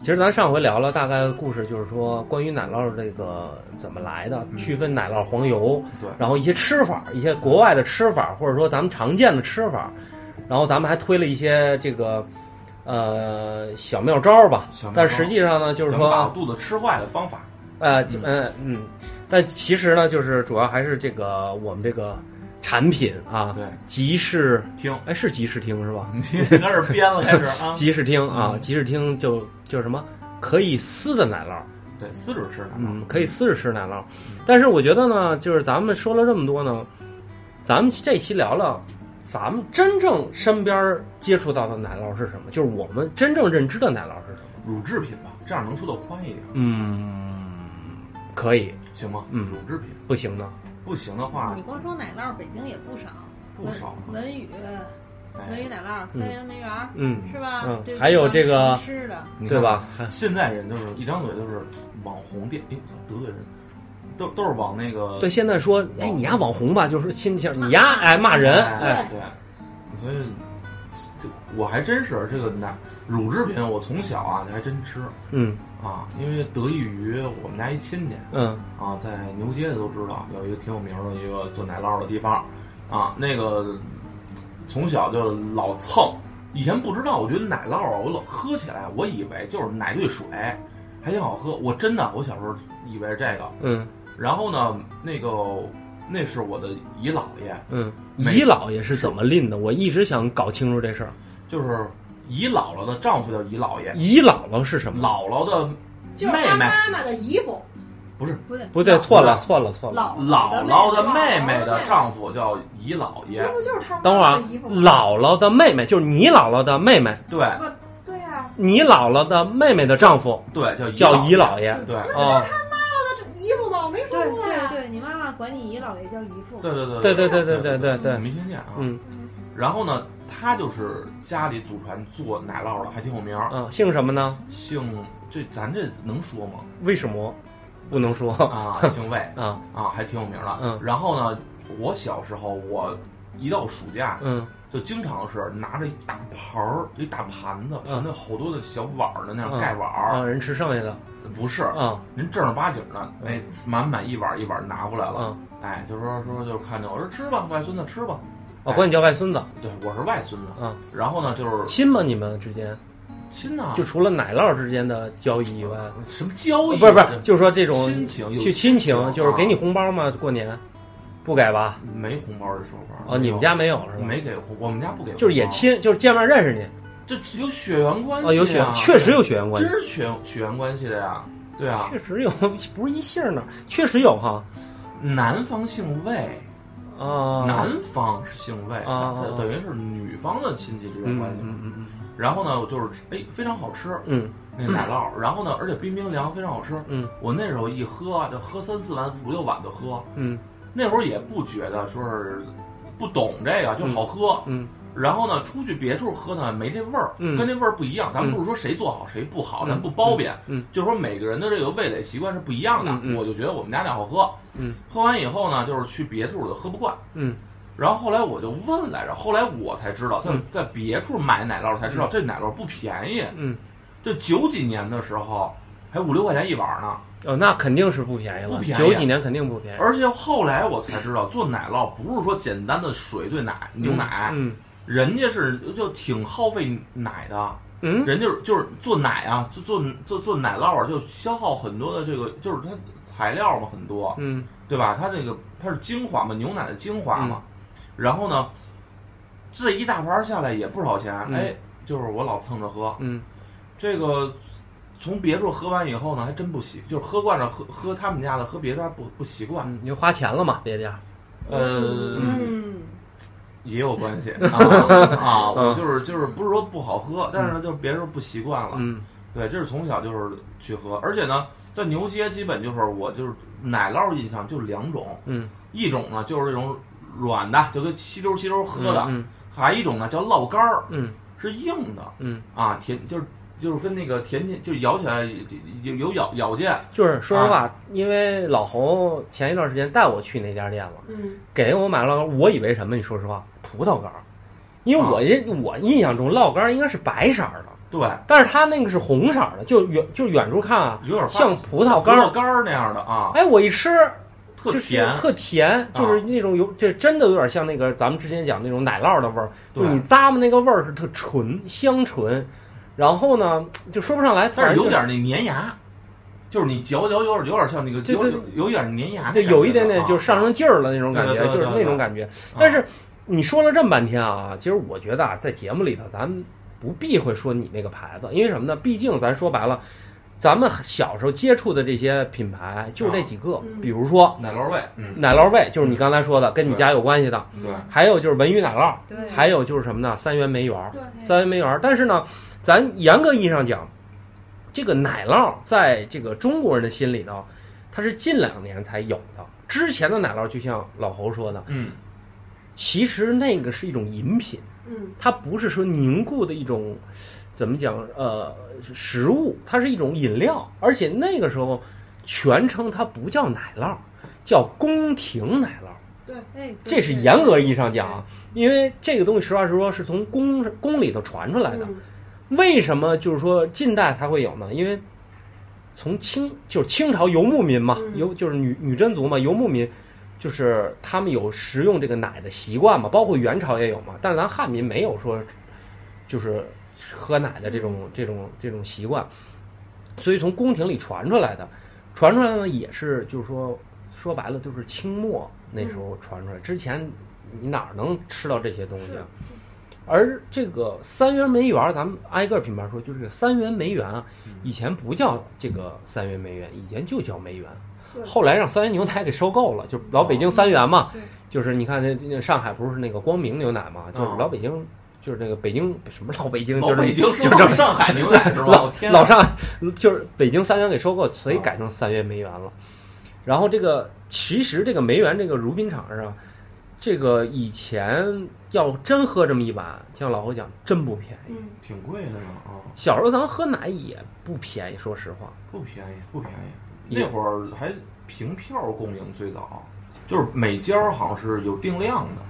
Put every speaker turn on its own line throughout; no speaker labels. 其实咱上回聊了大概的故事，就是说关于奶酪这个怎么来的，
嗯
区分奶酪黄油，
对
然后一些吃法，一些国外的吃法，或者说咱们常见的吃法，然后咱们还推了一些这个呃小妙招儿吧
小妙，招
但实际上呢，就是
咱们把
说
肚子吃坏的方法，
呃嗯嗯嗯，但其实呢，就是主要还是这个我们这个产品啊，
对，
集市，
听，
哎是集市厅是吧？
你开始编了，开始 啊，
集市厅啊，集市厅就就是什么可以撕的奶酪。
对，四指式的，啊
嗯，可以试试奶酪。但是我觉得呢，就是咱们说了这么多呢，咱们这期聊聊，咱们真正身边接触到的奶酪是什么？就是我们真正认知的奶酪是什么？
乳制品吧，这样能说的宽一点，
嗯，可以，
行吗？
嗯
乳制品
不行呢？
不行的
啊
话
你光说奶酪，北京也不少，
不少
文文宇、文
哎
宇，奶酪、三元梅园儿，
嗯，
是吧？
嗯
这
还有这个
咱们常吃的，
你看
对？吧？
现在人就是一张嘴都是网红店，哎，得罪人，都都是往那个
对，现在说，哎，你丫网红吧，就是心里想你丫哎骂人，哎，
对，所以这我还真是这个奶乳制品，我从小啊还真吃
嗯
啊，因为得益于我们家一亲戚
嗯
啊，在牛街的都知道有一个挺有名的一个做奶酪的地方啊，那个从小就老蹭，以前不知道，我觉得奶酪啊，我老喝起来，我以为就是奶兑水，还挺好喝，我真的我小时候以为是这个，
嗯
然后呢，那个那是我的姨姥爷。
嗯，
没
姨姥爷是怎么拎的？我一直想搞清楚这事儿。
就是姨姥姥的丈夫叫姨姥爷，
姨姥姥是什么？
姥姥的
就是
妹
他
妹
妈妈的姨夫，
不是
不对，
不对，错了
姥
错了错了。
姥
姥姥
姥
的妹
妹
妹的丈夫叫姨姥爷
那，不就是他
嗯等会儿
妈妈
啊
的姨夫，吗？
姥姥的妹妹就是你姥姥的妹妹，
对
对呀，
你姥姥的妹妹的丈夫
对，叫
叫姨
姨
姥
姥
爷。
对
那不
哦
就是他妈妈的姨夫吗？我没说
对
过
对
呀。
对，你妈妈管你姨姥爷叫姨父，
对对对
对对对
对
对对
对
对
你
对，
没听见啊？
嗯
然后呢，他就是家里祖传做奶酪的，还挺有名儿，
啊，姓什么呢？
姓这咱这能说吗？
为什么不能说
啊， 姓魏
啊？
啊，还挺有名儿的。
哦嗯
然后呢，我小时候我一到暑假
嗯
就经常是拿着一大盆儿，一大盘子，
嗯
盘子好多的小碗儿的那
嗯
种盖碗儿，
啊，人吃剩下的
不是，
啊
您正儿八经的，
嗯
哎，满满一碗一碗拿过来了，
啊
哎，就说说就看见我说吃吧，外孙子吃吧，
啊，管你叫外孙子
对我是外孙子，
啊，
然后呢就是
亲吗？你们之间
亲呐，
就除了奶酪之间的交易以外，
什么交易，
不是不是，就是说这
这
种
哦亲情，有
去亲情，就是给你
啊
红包吗？过年不给吧？
没红包的说法
哦，你们家没有是吧？
没给红，我们家不给红包，
就是也亲，就是见面认识你
这有血缘关系
啊，有血
呀
确实有血缘关系
真。是血血缘关系的呀，对啊，
确实有， 不是一姓儿呢，确实有哈
南方姓魏。
啊，
男方是姓魏，
啊啊啊
等于是女方的亲戚之间
嗯
关系。
嗯嗯
然后呢，我就是哎非常好吃
嗯
那 奶酪，然后呢，而且冰冰凉，非常好吃。
嗯
我那时候一喝啊，就喝三四碗、五六碗就喝。
嗯
那会儿也不觉得说是不懂这个就好喝，
嗯
然后呢，出去别处喝呢没这味儿，
嗯
跟这味儿不一样。咱们不是说谁做好谁不好，咱不褒贬，
嗯嗯
就是说每个人的这个味蕾习惯是不一样的。
嗯嗯
我就觉得我们家那好喝，
嗯
喝完以后呢，就是去别处就喝不惯。
嗯
然后后来我就问来着，后来我才知道，在
嗯
在别处买奶酪才知道，这奶酪不便宜。
嗯，
就九几年的时候，还五六块钱一碗呢。
哦，那肯定是不便宜了
不，便宜啊
九几年肯定不便宜。
而且后来我才知道，做奶酪不是说简单的水兑奶、牛奶，
嗯
人家是就挺耗费奶的。
嗯
人家就是就是做奶啊，做做做做奶酪啊，就消耗很多的这个，就是它材料嘛，很多。
嗯
对吧？它这个它是精华嘛，牛奶的精华嘛。
嗯
然后呢，这一大盘下来也不少钱，
嗯
哎，就是我老蹭着喝。
嗯
这个从别处喝完以后呢，还真不习，就是喝惯了喝喝他们家的，喝别家不不习惯。
嗯，你就花钱了嘛，别家。
呃，
嗯，
也有 关系啊啊，
嗯
我就是就是不是说不好喝，但是呢，就是别人不习惯了。
嗯
对，这是从小就是去喝，而且呢，在牛街基本就是我就是奶酪印象就两种，
嗯，
一种呢就是这种软的，就跟吸溜吸溜喝的；
嗯
还有一种呢叫烙干儿，
嗯
是硬的
嗯，
啊，甜就是就是跟那个甜甜就是咬起来有有咬咬劲，
就是说实
啊
话，因为老侯前一段时间带我去那家店了，
嗯，
给我买了，我以为
啊
什么？你说实话，葡萄干儿，因为我印我印象中酪干儿应该是白色儿的，
对，
但是它那个是红色儿的，就远就远处看啊，
有点发
像葡萄干
干
儿。
干儿那样的啊，
哎，我一吃
特
就是
甜，啊
特甜，就是那种有，这真的有点像那个咱们之前讲那种奶酪的味儿，就
对
是你咂摸那个味儿是特纯香醇，然后呢就说不上来，
但
反
是
正
有
就
点那粘牙，就是你嚼嚼有点有点像那个，
对
有
对
有有点粘牙的感觉
对，
的啊，
有一点点就上升劲儿了那种感觉，
对对对
就是那种
对
感觉。
啊，
但是你说了这么半天啊，其实我觉得啊，在节目里头咱们不避讳说你那个牌子，因为什么呢？毕竟咱说白了，咱们小时候接触的这些品牌就是这几个，
嗯
比如说
奶酪味，嗯，
奶嗯酪味，就是你刚才说的，跟你
对
家有关系的，
对，
还有就是文娱奶酪。
对，
还有就是什么呢？三元梅园儿，
对
三元梅园儿。但是呢，咱严格意义上讲，这个奶酪在这个中国人的心里头，它是近两年才有的。之前的奶酪就像老侯说的，
嗯，
其实那个是一种饮品，
嗯，
它不是说凝固的一种，怎么讲？呃，食物，它是一种饮料，而且那个时候全称它不叫奶酪，叫宫廷奶酪。
对，哎，对
这是严格意义上讲啊，因为这个东西实话实说是从宫宫里头传出来的。
嗯
为什么就是说近代才会有呢？因为从清就是清朝游牧民嘛，
嗯
游就是女女真族嘛，游牧民就是他们有食用这个奶的习惯嘛，包括元朝也有嘛，但是咱汉民没有说就是喝奶的这种这种这种习惯，所以从宫廷里传出来的，传出来呢也是就是说说白了就是清末那时候传出来，之前你哪儿能吃到这些东西啊？而这个三元梅园儿，咱们挨个儿品牌说，就是这个三元梅园啊，
嗯
以前不叫这个三元梅园，以前就叫梅园，
对
后来让三元牛奶给收购了，就是老北京三元
哦
嘛
对，
就是你看那那上海不是那个光明牛奶嘛，就是
哦
老北京，就是那个北京什么老北京，就是
老北京
就是是
上海牛奶是吧？
老
我天啊，
老上就是北京三元给收购，所以改成三元梅园了。然后这个其实这个梅园这个乳品厂上，这个以前要真喝这么一碗，像老侯讲，真不便宜。
嗯，
挺贵的呢啊，
小时候咱们喝奶也不便宜，说实话，
不便宜，不便宜。
也
那会儿还凭票供应最早，就是每家儿好像是有定量的，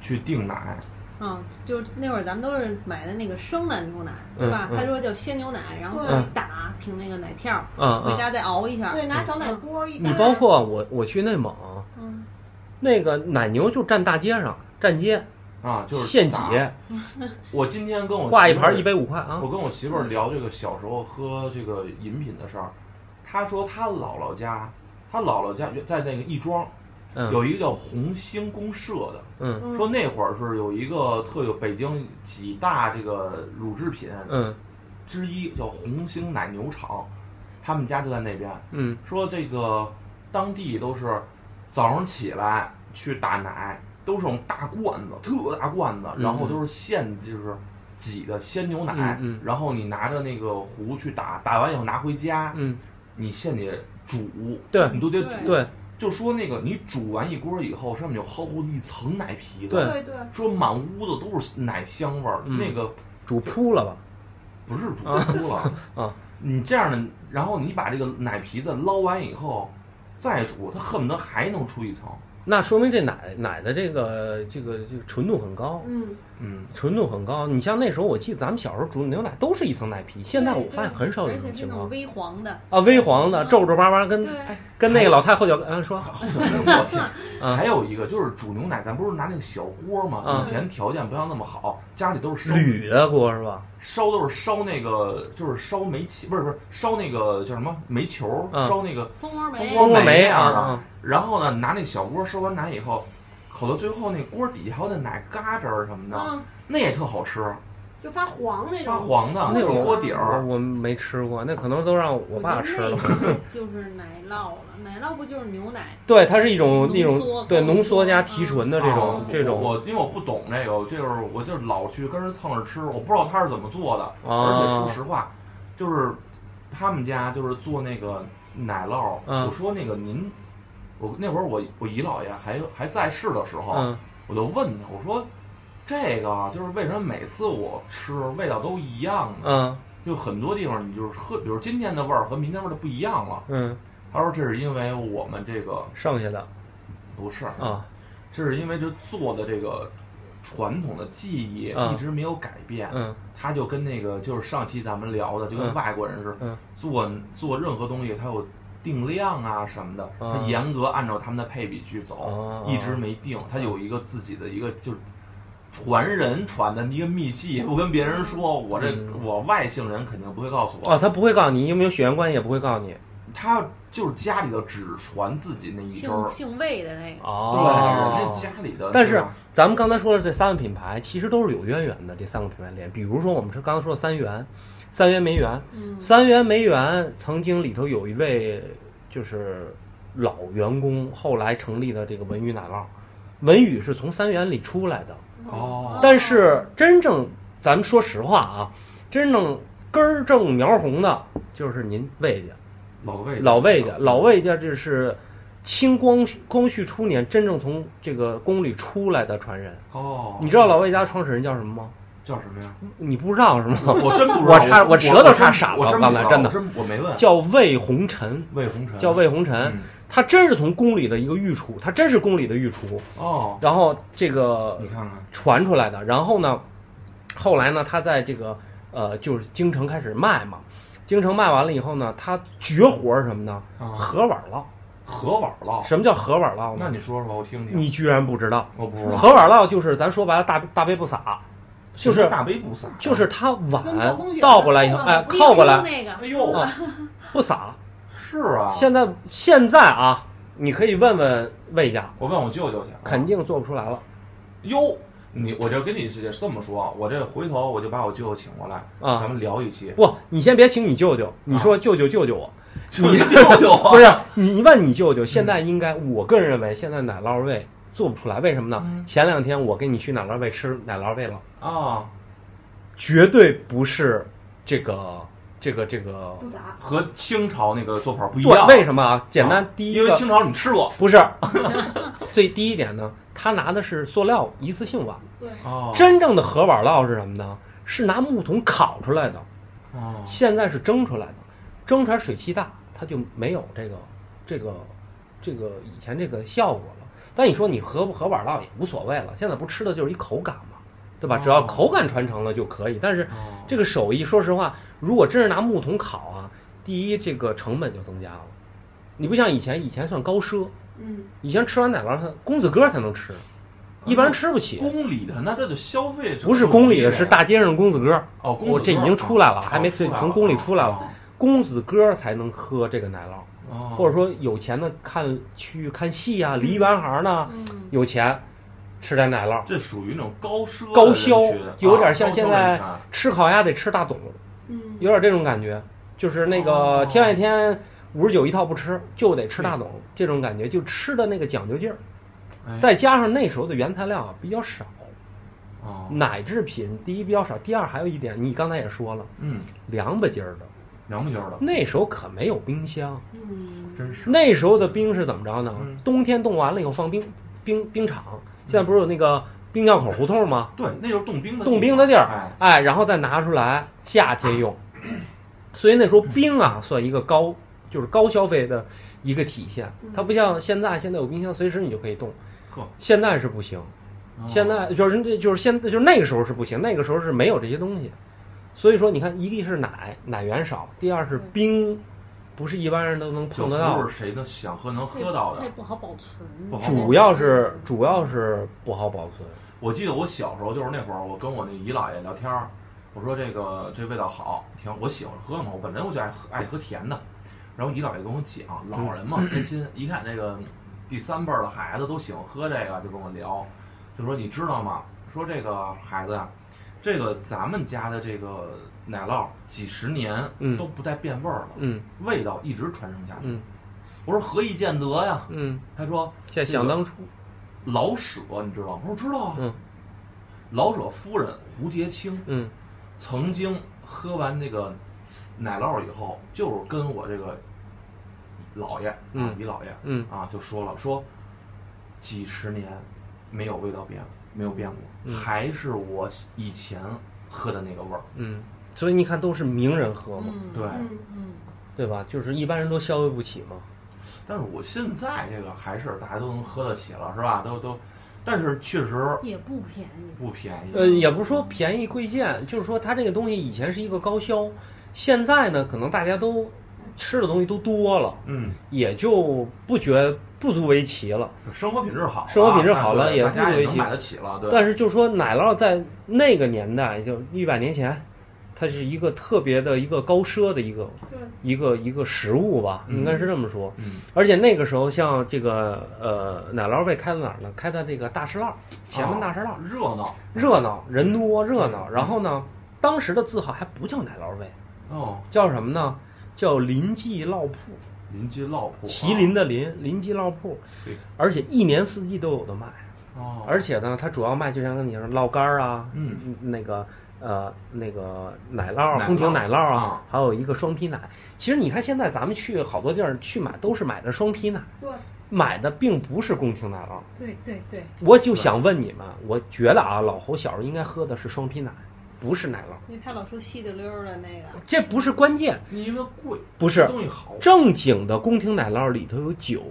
去订奶。
嗯，就是那会儿咱们都是买的那个生的牛奶，对吧？
嗯嗯
他说叫鲜牛奶，然后自己打凭那个奶片儿，
嗯
回
嗯。
家再熬一下。
对，拿小奶锅一
你
搭
包括我，我去内蒙，
嗯，
那个奶牛就站大街上，站街
啊，就是
现挤，
打我今天跟我
挂一
媳妇儿
盘一百五块啊
我。跟我媳妇儿聊这个小时候喝这个饮品的事儿，她说她姥姥家，她姥姥家在那个亦庄
嗯
有一个叫红星公社的，
嗯
嗯
说那会儿是有一个特有北京几大这个乳制品
嗯
之一叫红星奶牛场，他们家就在那边。
嗯
说这个当地都是早上起来去打奶，都是那种大罐子，特大罐子，
嗯
然后都是现就是挤的鲜牛奶，
嗯嗯
然后你拿着那个壶去打，打完以后拿回家，
嗯，
你现得煮，
对
你都得煮，
对，
就说那个你煮完一锅以后，上面有厚厚的一层奶皮子，
对
对对，
说满屋子都是奶香味儿，
嗯
那个
煮扑了吧？
不是煮
啊
多了
啊
你这样的，然后你把这个奶皮子捞完以后再煮，它恨不得还能出一层。
那说明这奶奶的这个这个这个纯度很高，
嗯，
嗯，
纯度很高。你像那时候，我记得咱们小时候煮牛奶都是一层奶皮，现在我发现很少有
而
这
且
种
是
情
那种
况哎
微黄的。
啊，微黄的
嗯
皱皱巴巴，跟
对，
跟那个老太后脚嗯说
后面 我天，
啊
还有一个就是煮牛奶，咱不是拿那个小锅
啊
吗？以前条件不像那么好，家里都是烧
铝的锅是吧？
烧都是烧那个，就是烧煤气，不是不是烧那个叫什么煤球，
嗯
烧那个。
蜂窝
蜂
煤
窝
蜂窝煤
那样的
啊，
然后呢，拿那小锅烧完奶以后，烤到最后那锅底下还有那奶嘎吱儿什么的，
嗯，
那也特好吃，
就发黄那
发
种，
黄的，
那
有
会儿
锅底
我
儿。
我没吃过，那可能都让我爸吃
我
了
觉。得那就是奶酪了，奶酪不就是牛奶？
对，它是一种
浓
一种
缩
对
高
浓缩
浓
加
啊
提纯的这种
啊
这种
我因为我不懂这个，我就是我就老去跟人蹭着吃，我不知道他是怎么做的。而且说
啊，
实话，就是他们家就是做那个奶酪，
嗯
我说那个您，我那会儿我我姨姥爷还还在世的时候，
嗯
我就问他，我说这个就是为什么每次我吃味道都一样呢？
嗯
就很多地方你就是喝，比如今天的味儿和明天味儿就不一样了。
嗯，
他说这是因为我们这个
剩下的
不是，
啊
这是因为就做的这个传统的技艺
嗯
一直没有改变，
嗯
他就跟那个就是上期咱们聊的，就
嗯
跟外国人似的，
嗯
做做任何东西它有定量啊什么的，
啊
他严格按照他们的配比去走，
哦，嗯
一直没定，他有一个自己的一个就是。传人传的一个秘技， 不跟别人说，我这
嗯
我外姓人肯定不会告诉我。
哦，他不会告诉你有没有血缘关系，也不会告诉你。
他就是家里头只传自己那一
姓
支儿，
姓魏的那个，
对，
哦
人，家家里的。
呃但是
对吧
咱们刚才说的这三个品牌，其实都是有渊源的。这三个品牌链，比如说我们是刚才说的三元，三元梅园，
嗯，
三元梅园曾经里头有一位就是老员工，后来成立的这个文宇奶酪，文宇是从三元里出来的，
哦
但是真正咱们说实话啊，真正根儿正苗红的，就是您魏家。
老魏哦
老魏家，嗯老魏家这是清光绪光绪初年真正从这个宫里出来的传人。
哦，
你知道老魏家创始人叫什么吗？
叫什么呀？
你不知道是吗？
我真不知道，
我差我
我
舌头差
真
傻了
我真不
刚才
知道
真的
我真我没问。
叫魏红臣，
魏红尘，
叫魏红臣。
嗯
他真是从宫里的一个御厨，他真是宫里的御厨，
哦，
然后这个
你看看，
传出来的。然后呢，后来呢，他在这个呃，就是京城开始卖嘛。京城卖完了以后呢，他绝活是什么呢？
啊
盒碗烙。
河碗烙，
什么叫盒碗烙
哦那
呢？
你说说吧，我听听。
你居然不知道？
我不知道，
盒碗烙就是咱说白了大大杯不洒，就是
大杯啊不洒，
就是它
跟暴风
碗
雪
哎倒过来以后，
那
哎，
个
靠过来
那个
哎呦，
啊不洒。
是啊，
现在现在啊，你可以问问魏家，
我问我舅舅去，
肯定做不出来了
哟。你我就跟你是这么说，啊我这回头我就把我舅舅请过来，咱
啊。
们聊一期。
不，你先别请你舅舅，你说舅舅救救 我，
舅啊舅啊
不是你问你舅舅，现在应该，我个人认为现在奶酪味做不出来，为什么呢
嗯？
前两天我跟你去奶酪味吃奶酪味了，
啊，
绝对不是这个这个这个
不咋，
和清朝那个做法不一
对，
样。
为什么啊？简单
啊，
第一
因为
个
清朝你吃过
不是， 最第一点呢，他拿的是塑料一次性碗，
对，
哦
真正的盒碗烙是什么呢？是拿木桶烤出来的，
哦
现在是蒸出来的，蒸出来水汽大，它就没有这个这个这个以前这个效果了。但你说你盒不盒碗烙也无所谓了，现在不吃的就是一口感嘛，对吧？
哦
只要口感传承了就可以。但是
哦
这个手艺，说实话，如果真是拿木桶烤啊，第一这个成本就增加了，你不像以前，以前算高奢，
嗯，
以前吃完奶酪，他公子哥才能吃，一般人吃不起。
宫里的那这就消费者
不是宫里的，
嗯
是大街上公子哥，
哦，公子
我这已经出来了，还没
哦出来了
从宫里出来了
哦。
公子哥才能喝这个奶酪，
哦
或者说有钱的看去看戏啊，梨园行呢，
嗯，
有钱吃点奶酪，
这属于那种高奢的
高消
人群
有点
啊
像
高
现
消
在
人群啊
吃烤鸭得吃大董，
嗯，
有点这种感觉，就是那个
哦
天外天五十九一套不吃，就得吃大董，这种感觉就吃的那个讲究劲儿，
哎
再加上那时候的原材料啊比较少，
哦
奶制品第一比较少，第二还有一点，你刚才也说了，
嗯，
凉吧唧儿的，
娘不劲儿的，
那时候可没有冰箱，
嗯，
真是
那时候的冰是怎么着呢？
嗯
冬天冻完了以后放冰冰冰场，现在不是有那个冰窖口胡同吗？
对，那就是冻冰的
冻冰的地儿
哎，
哎，然后再拿出来夏天 用，所以那时候冰啊算一个高，就是高消费的一个体现
嗯。
它不像现在，现在有冰箱，随时你就可以冻。
呵，
现在是不行，
哦
现在就是就是现就是那个时候是不行，那个时候是没有这些东西，所以说你看，一个是奶奶源少，第二是冰，不是一般人都能碰得到
就不，是谁能想喝能喝到
那
的。
不好保存嗯
不，好
主要是主要是不好保存。
我记得我小时候就是那会儿，我跟我那姨姥爷聊天儿，我说这个这味道好，挺我喜欢喝嘛，我本身我就爱喝爱喝甜的。然后姨姥爷跟我讲，老人嘛开心，一看这个第三辈儿的孩子都喜欢喝这个，就跟我聊，就说你知道吗？说这个孩子呀，这个咱们家的这个奶酪几十年
嗯
都不带变味儿了，
嗯
味道一直传承下去。
嗯
我说何以见得呀？
嗯，
他说
这想当初，
老舍你知道吗？我说知道啊。
嗯
老舍夫人胡洁清
嗯
曾经喝完那个奶酪以后，就是跟我这个姥爷啊
嗯，
姨姥爷
嗯
啊，就说了，说几十年没有味道变，没有变过，
嗯
还是我以前喝的那个味儿。
嗯，所以你看都是名人喝嘛，
嗯，
对，
嗯，
嗯，
对吧？就是一般人都消费不起嘛。
但是我现在这个还是大家都能喝得起了，是吧？都都但是确实
也不便宜。
不便宜。
呃，也不是说便宜贵贱，就是说它这个东西以前是一个高消，现在呢，可能大家都吃的东西都多了，
嗯，
也就不觉不足为奇了。
生活品质好了，啊
生活品质好了
对
也
大家
不为
也能
奇
买得起了，对。
但是就说奶酪在那个年代，就一百年前，它是一个特别的一个高奢的一个
对，
一个一个食物吧，
嗯
应该是这么说。
嗯，
而且那个时候，像这个呃奶酪味开在哪儿呢？开在这个大石
哦
栏儿前门大石栏儿，
热闹
热闹人多热闹。
嗯
然后呢，当时的字号还不叫奶酪味，
哦，
叫什么呢？叫林记烙铺，
邻居老婆，
麒麟的麟，林记烙铺
对，
而且一年四季都有的卖。
哦，
而且呢，它主要卖就像你说酪干儿啊，
嗯，
那个呃那个奶酪
奶
儿、
酪
宫廷奶酪儿
啊
啊，还有一个双皮奶。其实你看现在咱们去好多地儿去买，都是买的双皮奶，
对，
买的并不是宫廷奶酪。
对对对，
我就想问你们，我觉得啊，老侯小时候应该喝的是双皮奶，不是奶酪。
因为他老说稀的溜儿的那个，
这不是关键，
因为贵，
不是
东西好，
正经的宫廷奶酪里头有酒，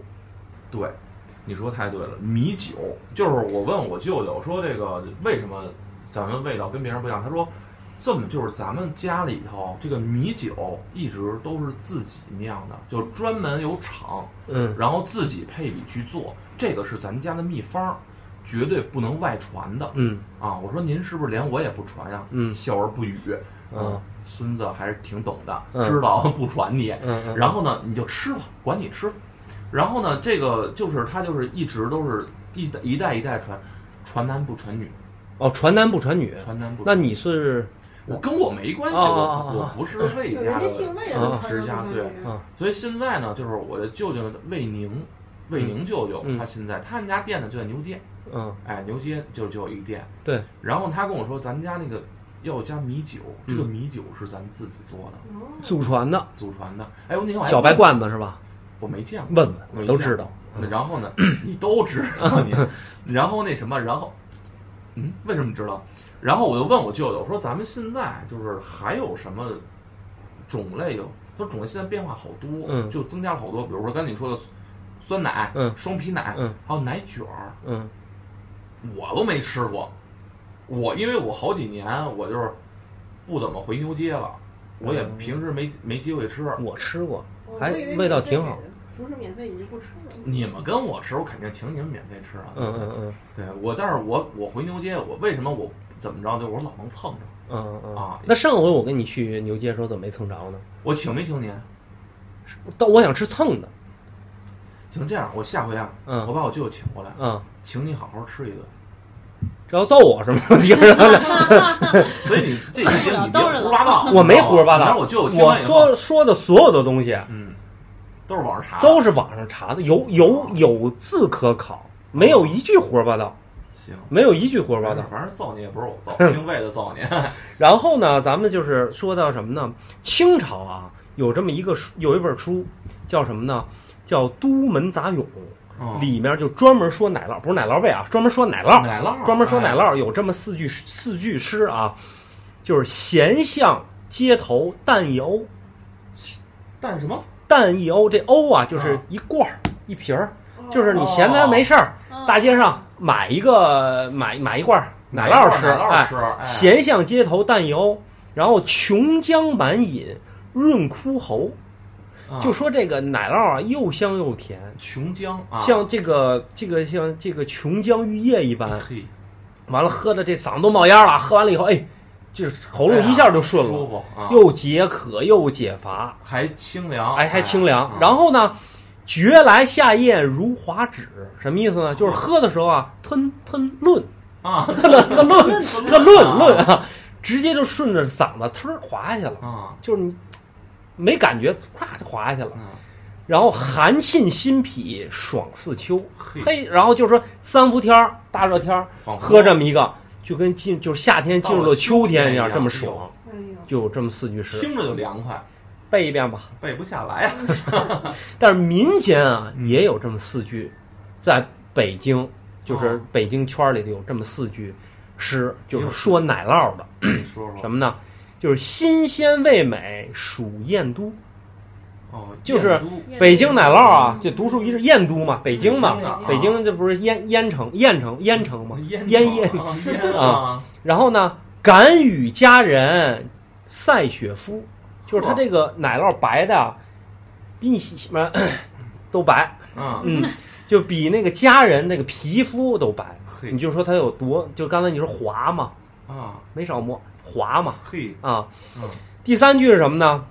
对，你说太对了，米酒就是我问我舅舅说这个为什么咱们味道跟别人不一样，他说这么就是咱们家里头这个米酒一直都是自己酿的，就专门有厂，
嗯，
然后自己配比去做，这个是咱们家的秘方，绝对不能外传的
嗯
啊！我说您是不是连我也不传呀、
嗯
笑而不语，啊
嗯，
孙子还是挺懂的，
嗯
知道 不传你，
嗯嗯，
然后呢，你就吃吧，管你吃。然后呢，这个就是他就是一直都是一代一代一代传，传男不传女，
哦，传男不传女，
传男不传
那你是
我跟我没关系，
哦
我
哦哦
我
哦
不是魏
就
家
人家
的。
姓魏
啊
的都
直
穿
家
上
对
这
啊
个，
所以现在呢，就是我的舅舅魏宁，魏宁舅舅，
嗯
他现在他们家店呢就在牛街，
嗯
哎，牛街就就有一店。
对。
然后他跟我说，咱家那个要加米酒，这个
嗯
米酒是咱自己做的，
哦
祖传的
祖传的。哎，我那天我还
小白
问
罐子是吧？
我没见过。
问
没
问，都
见
知道。
然后呢， 你都知道你，然后那什么，然后，嗯，为什么知道？然后我就问我舅舅，我说咱们现在就是还有什么种类有？他说种类现在变化好多，
嗯
就增加了好多，比如说刚才你说的酸奶，
嗯
双皮奶，
嗯
还有奶卷儿，
嗯
我都没吃过。我因为我好几年我就是不怎么回牛街了，我也
嗯
平时没没机会吃。
我吃过，
我
还
以为
味道
免费
挺
给
好
的，不是免费你就不吃了。
你们跟我吃，我肯定请你们免费吃啊。
嗯嗯嗯
对我，但是我我回牛街，我为什么我怎么着，就是我老能蹭着。
嗯嗯
啊
那上回我跟你去牛街的时候，怎么没蹭着呢？
我请没请您？啊
但我想吃蹭的，
请这样，我下回啊，
嗯
我把我舅舅请过来，
嗯，
请你好好吃一顿。
这要揍我是吗？ 听着，
所以你 这几天你别
都是
胡说八道，
我没胡说八
你
道，
让我舅舅听
哦我
完以后，
说说的所有的东西
嗯，都是网上查的，
都是网上查的，有有有字可考，没有一句胡说八道，
行。
没有一句胡说八
反
道
正。反正揍你也不是我 揍，姓魏的揍你。
然后呢，咱们就是说到什么呢？清朝啊，有这么一个书，有一本书叫什么呢？叫《都门杂咏》。
嗯
里面就专门说奶酪，不是奶酪味啊，专门说奶酪，
奶酪
专门说奶
哎
酪，有这么四句四句诗啊，就是闲巷街头淡一欧，
但什么？
淡一欧这欧啊，就是
啊
一罐儿一瓶儿，
哦
就是你闲来没事儿，
哦
大街上买一个买买一罐儿奶酪吃，
奶酪
哎，
吃，哎
闲巷街头淡一欧，然后琼浆满饮润枯喉，
嗯
就说这个奶酪啊又香又甜。
琼浆啊，
像这个这个像这个琼浆玉液一般，
哎嘿，
完了喝的这嗓子都冒烟了，喝完了以后，哎，就是喉咙一下就顺
哎舒
了，
服啊，
又解渴又解乏，
还清凉，
哎，还清凉。
嗯
然后呢，觉来下咽如滑指，什么意思呢？就是喝的时候啊，吞吞论，
啊，
吞了吞论，吞论
论
论啊，直接就顺着嗓子吞儿滑下去了，
啊，
就是你没感觉，唰就滑下去了。
嗯
然后寒沁心脾，爽似秋。
嘿
嘿，然后就是说三伏天儿、大热天儿，
仿佛
喝这么一个，就跟进就是夏天进入
到了
了秋天一
秋天一
样，
样
这么爽。
哎呦，
就有这么四句诗，
听着就凉快，
背一遍吧。
背不下来啊。
但是民间啊
嗯
也有这么四句，在北京就是
哦
北京圈儿里头有这么四句诗，就是说奶酪的哦
你说说
什么呢？就是新鲜味美属燕都，
哦，
就是
燕都
北京奶酪啊，这独树一帜，燕都嘛，北京嘛，
啊
北京这不是燕燕城、燕城、燕城嘛，
烟
燕
烟
燕。
烟啊，
然后呢，敢与佳人赛雪夫，就是它这个奶酪白的啊，比你什么 都白，
嗯，
嗯，就比那个佳人那个皮肤都白。
嘿，
你就说它有多，就刚才你说滑嘛，
啊，
没少摸滑嘛
嘿，
啊。
嗯，
第三句是什么呢？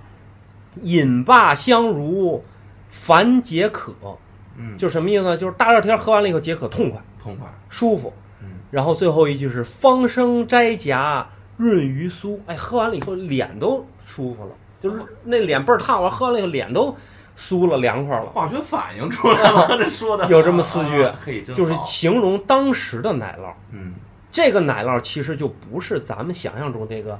饮罢相如，烦解渴，
嗯，
就是什么意思呢？就是大热天喝完了以后解渴，痛快
痛快，
舒服。
嗯，
然后最后一句是方生摘荚润于酥，哎，喝完了以后脸都舒服了，就是那脸倍儿烫，完喝完了以后脸都酥了，凉快了，
化学反应出来了，这说的
有这么四句
啊嘿，真
就是
好
形容当时的奶酪。
嗯，
这个奶酪其实就不是咱们想象中这个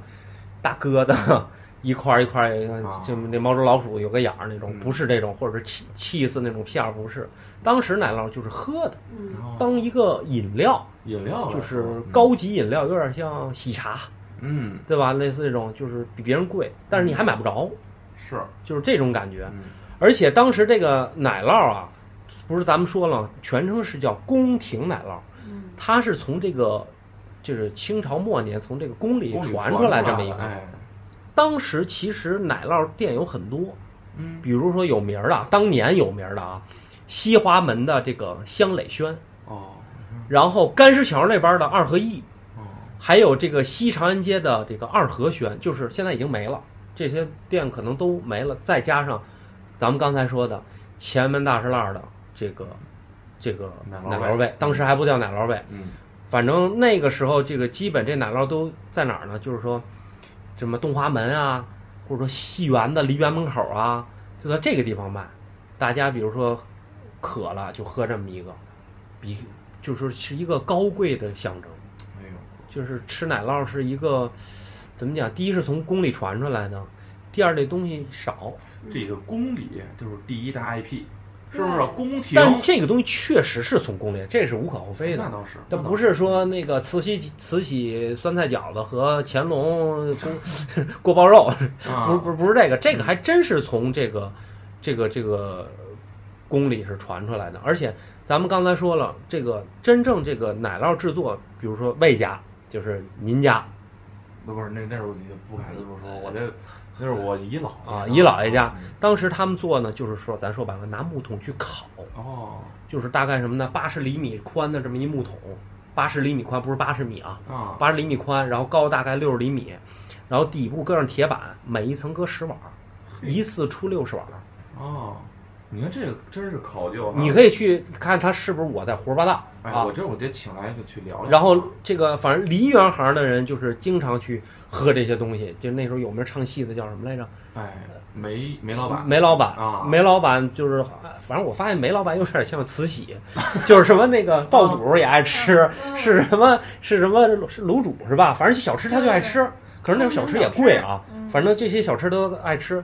大疙瘩 一块儿一块儿，
啊
就那猫捉老鼠有个眼儿那种
嗯，
不是这种，或者是气气死那种片儿，不是。当时奶酪就是喝的，
然
嗯，
后
当一个饮料，
饮料来
就是
说
高，级饮料，有点像喜茶，
嗯，嗯
对吧？类似这种，就是比别人贵，但是你还买不着，
是，
就是这种感觉。
嗯
而且当时这个奶酪啊，不是咱们说了，全称是叫宫廷奶酪，
嗯
它是从这个就是清朝末年从这个宫里
宫里
传
出
出来这么一个。
哎，
当时其实奶酪店有很多，
嗯，
比如说有名儿的啊，当年有名儿的啊，西华门的这个香蕾轩，
哦，
然后干石桥那边的二合一，
哦，
还有这个西长安街的这个二合轩，就是现在已经没了，这些店可能都没了。再加上咱们刚才说的前门大石栏的这个这个
奶酪
奶
味
酪味，当时还不叫奶酪味，
嗯，
反正那个时候这个基本这奶酪都在哪儿呢？就是说，什么东华门啊，或者说西园的梨园门口啊，就在这个地方卖。大家比如说渴了就喝这么一个，比就是是一个高贵的象征。
哎呦，
就是吃奶酪是一个怎么讲？第一是从宫里传出来的，第二这东西少，
这个宫里就是第一大 IP，是不是
对
宫廷？
但这个东西确实是从宫里，这是无可厚非
那
的。
倒是，
但
那倒
不是说那个慈禧慈禧酸菜饺子和乾 隆锅锅包肉，
啊
不是不是不是这个，这个还真是从这个这个这个宫里是传出来的。而且咱们刚才说了，这个真正这个奶酪制作，比如说魏家，就是您家，
不是那那时候你就不敢这么说，我这那是我姨姥
啊，姨姥爷家，当时他们做呢，就是说，咱说白了，拿木桶去烤，
哦
就是大概什么呢？八十厘米宽的这么一木桶，八十厘米宽，不是八十米啊，
啊，
八十厘米宽，然后高大概六十厘米，然后底部搁上铁板，每一层搁十碗，一次出六十碗。
哦，你看这个真是考究啊，
你可以去看他是不是我在胡说八道
哎，
啊
我。这我得请来一个去聊聊，
然后这个反正梨园行的人就是经常去喝这些东西，就那时候有名唱戏的叫什么来着？
哎，梅梅老板，
梅老板
啊
梅老板就是，反正我发现梅老板有点像慈禧，就是什么那个爆肚也爱吃，
嗯
是什么是什么是卤煮是吧？反正小吃他就爱吃，可是那种小吃也贵啊，
嗯
反正这些小吃都爱吃。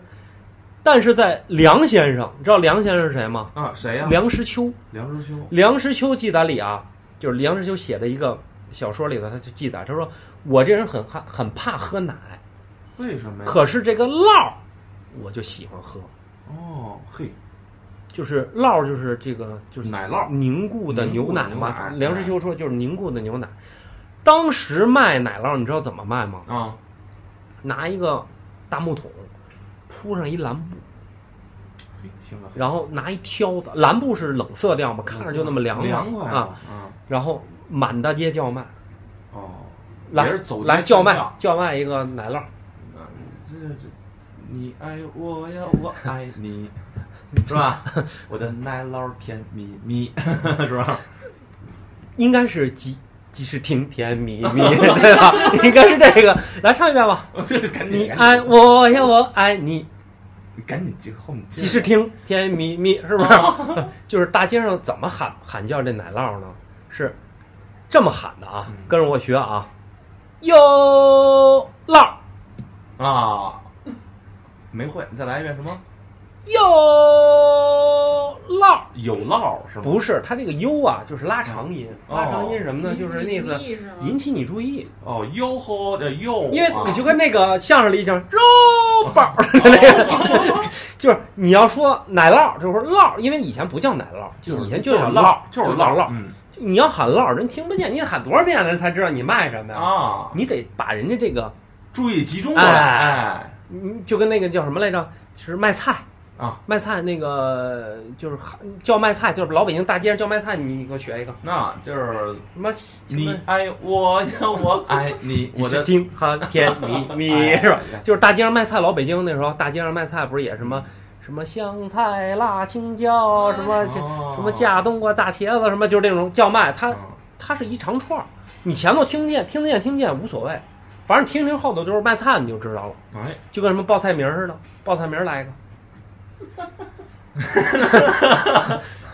但是在梁先生，你知道梁先生是谁吗？
啊，谁呀？
梁实秋，
梁实秋，
梁实秋记载里啊，就是梁实秋写的一个小说里头，他就记载，他说我这人很怕很怕喝奶，
为什么呀？
可是这个酪儿我就喜欢喝。
哦，嘿，
就是酪儿就是这个就是
奶酪
凝固的牛奶
凝固的牛
嘛。
奶
梁实秋说就是凝固的牛奶。当时卖奶酪，你知道怎么卖吗？
啊，
拿一个大木桶，铺上一蓝布，
嘿，行了，
然后拿一挑子，蓝布是冷色调嘛，看着就那么凉快
凉快
啊。，
啊，
然后满大街叫卖，
哦，
来
也是走街
来叫卖
串巷
叫卖一个奶酪，
啊这这，你爱我呀，我爱 你，是吧？我的奶酪甜蜜蜜， 是吧？
应该是几。即是甜甜蜜蜜， 对吧？应该是这个，来唱一遍吧。
我这赶紧
你爱，我呀，我爱你，
赶紧赶紧接后 面接
即
着
视听甜蜜蜜，是不 是？就是大街上怎么喊喊叫这奶酪呢？是这么喊的啊
嗯，
跟着我学啊，哟酪
啊，没会，你再来一遍什么？
哟酪，
有酪是吗？
不是，它这个哟啊，就是拉长音，
哦
拉长音是什么呢？就是那个
引
引起你注意，
哦，哟呵，这哟，
因为你就跟那个相声里讲肉包儿，
哦
就是你要说奶酪，就是酪，因为以前不叫奶酪，
就是
以前
就是
是
酪
酪，，
就是
酪酪。
嗯
你要喊酪，人听不见，你得喊多少遍人才知道你卖什么呀？
啊，
你得把人家这个，
注意集中过来，哎，
嗯就跟那个叫什么来着，就是卖菜
啊，
卖菜那个就是喊叫卖菜，就是老北京大街上叫卖菜，你给我学一个
那就是
什么
你爱我 呀，我爱你，我的
哎听哈甜蜜 蜜
哎
是吧？
哎
就是大街上卖菜，老北京那时候大街上卖菜不是也什么什么香菜、辣青椒，什
哦
么什
什
么架冬瓜、大茄子，什么就是这种叫卖，它
啊
它是一长串儿，你前头听不见，听得见听不见无所谓，反正听听后头就是卖菜你就知道了，
哎，
就跟什么报菜名儿似的，报菜名儿来一个。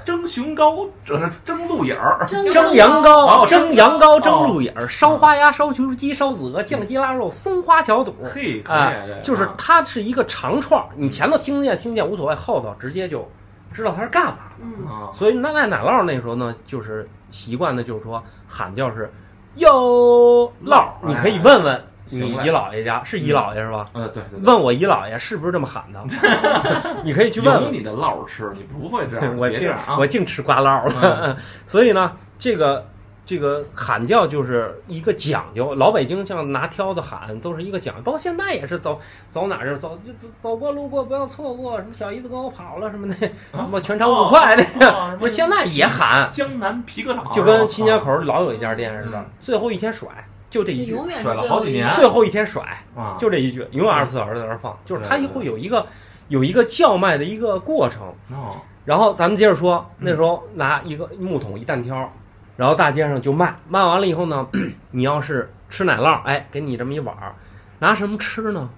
蒸熊羔，这是蒸鹿眼儿，
蒸羊羔、
哦
蒸羊羔、
蒸
蒸鹿眼儿、烧花鸭、烧雏鸡、烧子鹅、酱鸡腊肉、松花小肚，
嘿，可以
啊
这个
就是
啊
它是一个长串儿，你前头听得见听不见无所谓，后头直接就知道它是干嘛的。
嗯，
啊，
所以那卖奶酪那时候呢，就是习惯的，就是说喊叫是哟
酪
酪，你可以问问
行
你
嘞
姨姥爷家是姨姥爷是吧？
呃，对对对，
问我姨姥爷是不是这么喊的？ 你可以去问
有
问。
你的烙吃，你不会这样，
我
别
净
这样啊嗯
我，净吃瓜烙了， 所以呢，这个这个喊叫就是一个讲究。老北京像拿挑子喊都是一个讲究，包括现在也是走走哪儿就走就走走过路过不要错过，什么小姨子跟我跑了什么的，什么全场五块那个，
啊
不是现在也喊，
江南皮革厂，
就跟新街口老有一家店似的
哦嗯，
最后一天甩，就这
这
一句，
永远是
甩了
最
好
后
几
一
年
个
最后一天甩，
啊，
就这一句，永远二十四小时在那儿放，就是它
对对对
会有一个有一个叫卖的一个过程。
哦，
然后咱们接着说，
嗯
那时候拿一个木桶一担挑，然后大街上就卖，卖完了以后呢， 你要是吃奶酪，哎，给你这么一碗儿，拿什么吃呢？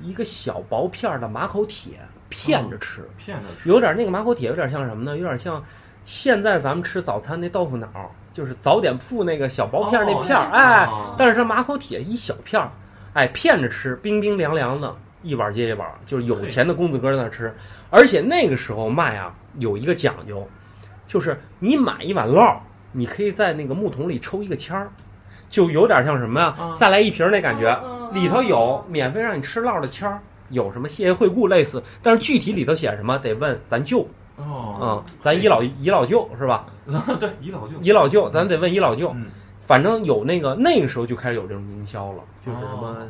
一个小薄片儿的马口铁片着吃，
骗着吃，
有点那个马口铁有点像什么呢？有点像现在咱们吃早餐那豆腐脑儿，就是早点铺那个小 薄片儿那片儿，
哦
哎，
哦
但是这马口铁一小片儿，哎，片着吃，冰冰凉凉的，一碗接一碗，就是有钱的公子哥在那儿吃。而且那个时候卖啊，有一个讲究，就是你买一碗酪，你可以在那个木桶里抽一个签儿，就有点像什么呀、
啊
再来一瓶儿那感觉，
嗯嗯
里头有免费让你吃酪的签儿。有什么谢谢惠顾类似，但是具体里头写什么得问咱舅
哦嗯
啊、，咱姨老姨老舅是吧？
对，姨老舅，
姨嗯老舅，咱得问姨老舅。
嗯
反正有那个那个时候就开始有这种营销了，就是什么
哦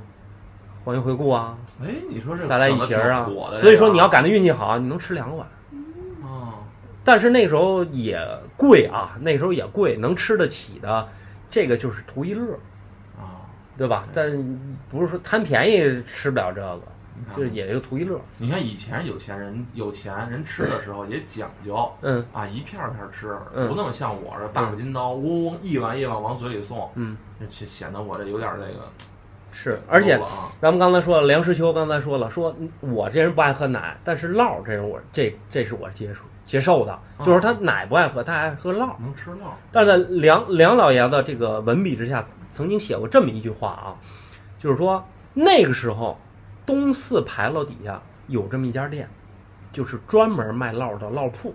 欢迎回顾啊，
哎，你说这
再来一
整得
瓶儿啊
挺火的，
所以说你要赶上运气好，你能吃两碗。
哦，
但是那时候也贵啊，那时候也贵，能吃得起的，这个就是图一乐，
啊，
对吧？
对
但不是说贪便宜吃不了这个，
你看
就是也就图一乐。
你看以前有钱人有钱人吃的时候也讲究。
嗯
啊，一片儿一片儿吃，
嗯
不那么像我这大着金刀，嗡嗡一碗一碗往嘴里送，
嗯，
显显得我这有点儿这个。
是，而且
够了啊
咱们刚才说了，梁实秋刚才说了，说我这人不爱喝奶，但是酪这人我这这是我接触接受的，就是
嗯
他奶不爱喝，他爱喝酪。
能吃酪，
但是在梁梁老爷子这个文笔之下，曾经写过这么一句话啊，就是说那个时候东四牌楼底下有这么一家店，就是专门卖烙的烙铺。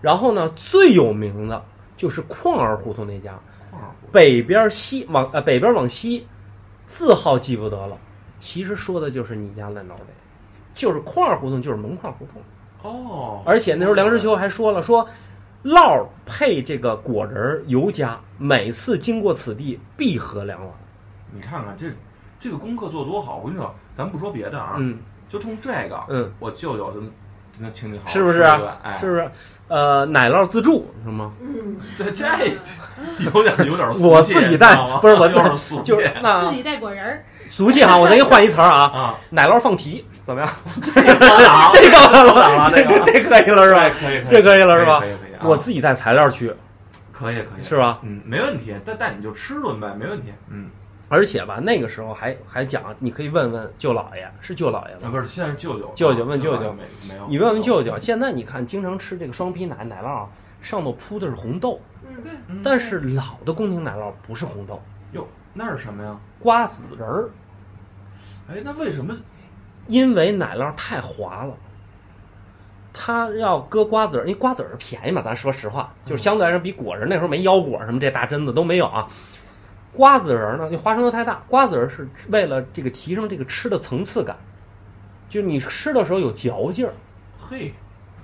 然后呢，最有名的就是矿儿胡同那家，
矿儿不
北边西往呃北边往西，字号记不得了，其实说的就是你家那老北，就是矿儿胡同，就是门框胡同。
哦，
而且那时候梁实秋还说了，说酪儿配这个果仁儿尤佳，每次经过此地必喝两碗。
你看看这这个功课做多好，我跟你说，咱不说别的啊，
嗯
就冲这个，
嗯，
我舅舅就能请你好好
是不
吃
是啊
一顿？哎，
是不是？呃，奶酪自助是吗？
嗯，
这这有点有点俗气，
我自己带
你知道吗
不是我
有
自
点俗气
就是那
自己带果仁儿，
俗气哈，我再给你换一词儿 啊，
啊，
奶酪放题怎么样？
啊
这个
挡了
这
这个
这可以了是吧？
哎可以，
这可以了是吧
可以可以，可以啊
我自己带材料去，
可以可以
是吧？
嗯，没问题，但但你就吃顿呗，没问题。嗯，
而且吧，那个时候还还讲，你可以问问舅姥爷，是舅姥爷
啊，
吗？
不是，现在是舅舅，
舅舅问舅舅
没没有？
你问问舅舅，现在你看经常吃这个双皮奶奶酪啊，上头铺的是红豆，
嗯，
对，
嗯，
但是老的宫廷奶酪不是红豆，
哟，那是什么呀？
瓜子仁儿，
哎，那为什么？
因为奶酪太滑了，它要搁瓜子仁儿，因为瓜子仁儿便宜嘛，咱说实话，就是相对来说比果仁那时候没腰果什么这大榛子都没有啊。瓜子仁儿呢，就花生油太大，瓜子仁儿是为了这个提升这个吃的层次感，就是你吃的时候有嚼劲儿，
嘿，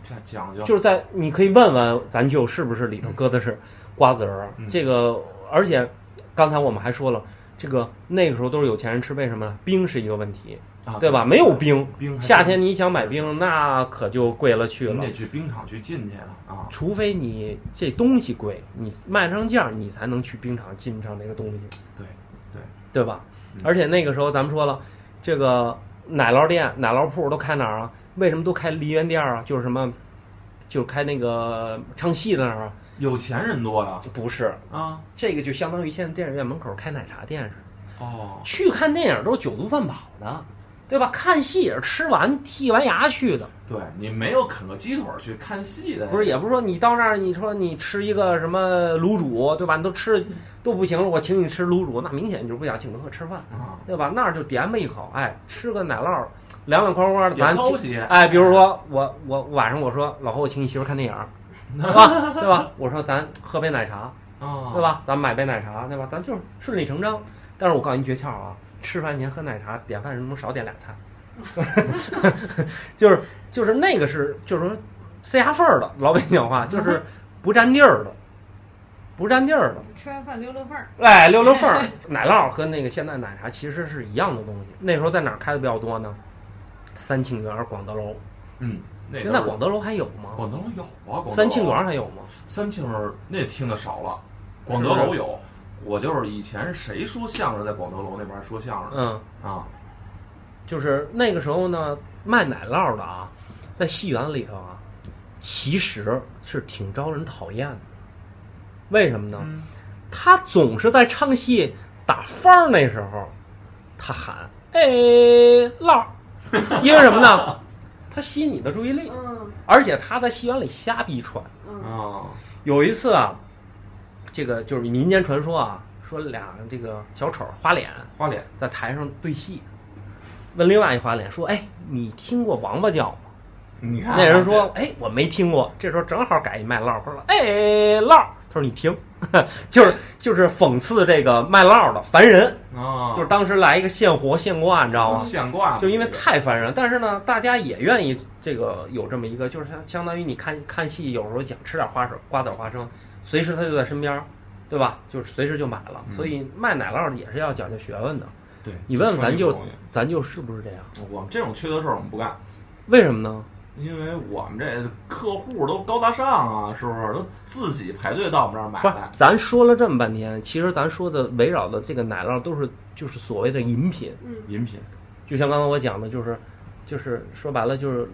这讲究，
就是在你可以问问咱就是不是里头搁的是瓜子儿啊
嗯，
这个而且刚才我们还说了，这个那个时候都是有钱人吃，为什么呢？冰是一个问题，
啊，
对吧？没有冰，
冰还真
夏天你想买冰那可就贵了去
你
了
得，去冰场去进去了啊。
除非你这东西贵，你卖上价，你才能去冰场进上这个东西，
对对，
对吧
嗯？
而且那个时候咱们说了，这个奶酪店、奶酪铺都开哪儿啊？为什么都开梨园店儿啊？就是什么，就是开那个唱戏的那儿啊？
有钱人多呀
不是，
啊
这个就相当于现在电影院门口开奶茶店似的，
哦，
去看电影都是酒足饭饱的，对吧？看戏也是吃完剔完牙去的，
对你没有啃个鸡腿儿去看戏的，
不是，也不是说你到那儿你说你吃一个什么卤煮，对吧？你都吃都不行了，我请你吃卤煮，那明显你就不想请客吃饭，
啊，
对吧？那儿就点吧一口，哎，吃个奶酪，凉凉快快的，
也
咱
高级
哎，比如说我我晚上我说老侯，我请你媳妇儿看电影儿，对吧？对吧？我说咱喝杯奶茶，
啊，
对？吧？咱买杯奶茶，对吧？咱就是顺理成章。但是我告诉你诀窍啊，吃饭前喝奶茶，点饭时候少点俩菜， 就是就是那个是就是说塞牙缝儿的，老北京话就是不占地儿的，不占地儿的。
吃完饭溜溜缝儿，
哎，溜溜缝儿，奶酪和那个现在奶茶其实是一样的东西。那时候在哪儿开的比较多呢？三庆园、广德楼。
嗯，那
现在
个
广德楼还有吗？
广德楼有啊，广德楼
三庆园还有吗？
三庆儿那听的少了，广德楼有。我就是以前谁说相声在广德楼那边儿说相声
嗯，
的啊，
就是那个时候呢，卖奶酪的啊，在戏园里头啊，其实是挺招人讨厌的。为什么呢？
嗯
他总是在唱戏打翻儿那时候，他喊“哎酪儿”，因为什么呢？他吸引你的注意力，
嗯
而且他在戏园里瞎逼喘。
嗯
啊，
有一次啊，这个就是民间传说啊，说俩这个小丑儿花脸
花脸
在台上对戏，问另外一花脸说：“哎，你听过王八叫吗？”
你看啊
那人说：“哎，我没听过。”这时候正好改一卖烙儿，他说：“哎，烙儿。”他说：“你听， 就是就是讽刺这个卖烙儿的烦人，
啊，
就是当时来一个现活现挂，你知道吗？
现挂，
就因为太烦人了。但是呢，大家也愿意这个有这么一个，就是相相当于你看看戏，有时候想吃点花生、瓜子儿、花生，随时他就在身边儿，对吧？就是随时就买了。
嗯
所以卖奶酪儿也是要讲究学问的。
对，
你问问
说这
咱就
个东西
咱就是不是这样？
我们这种缺德事儿我们不干，
为什么呢？
因为我们这客户都高大上啊，是不是？都自己排队到我们这儿买
不是
来，
咱说了这么半天，其实咱说的围绕的这个奶酪都是就是所谓的饮品，
嗯
饮品
就像刚才我讲的，就是就是说白了就是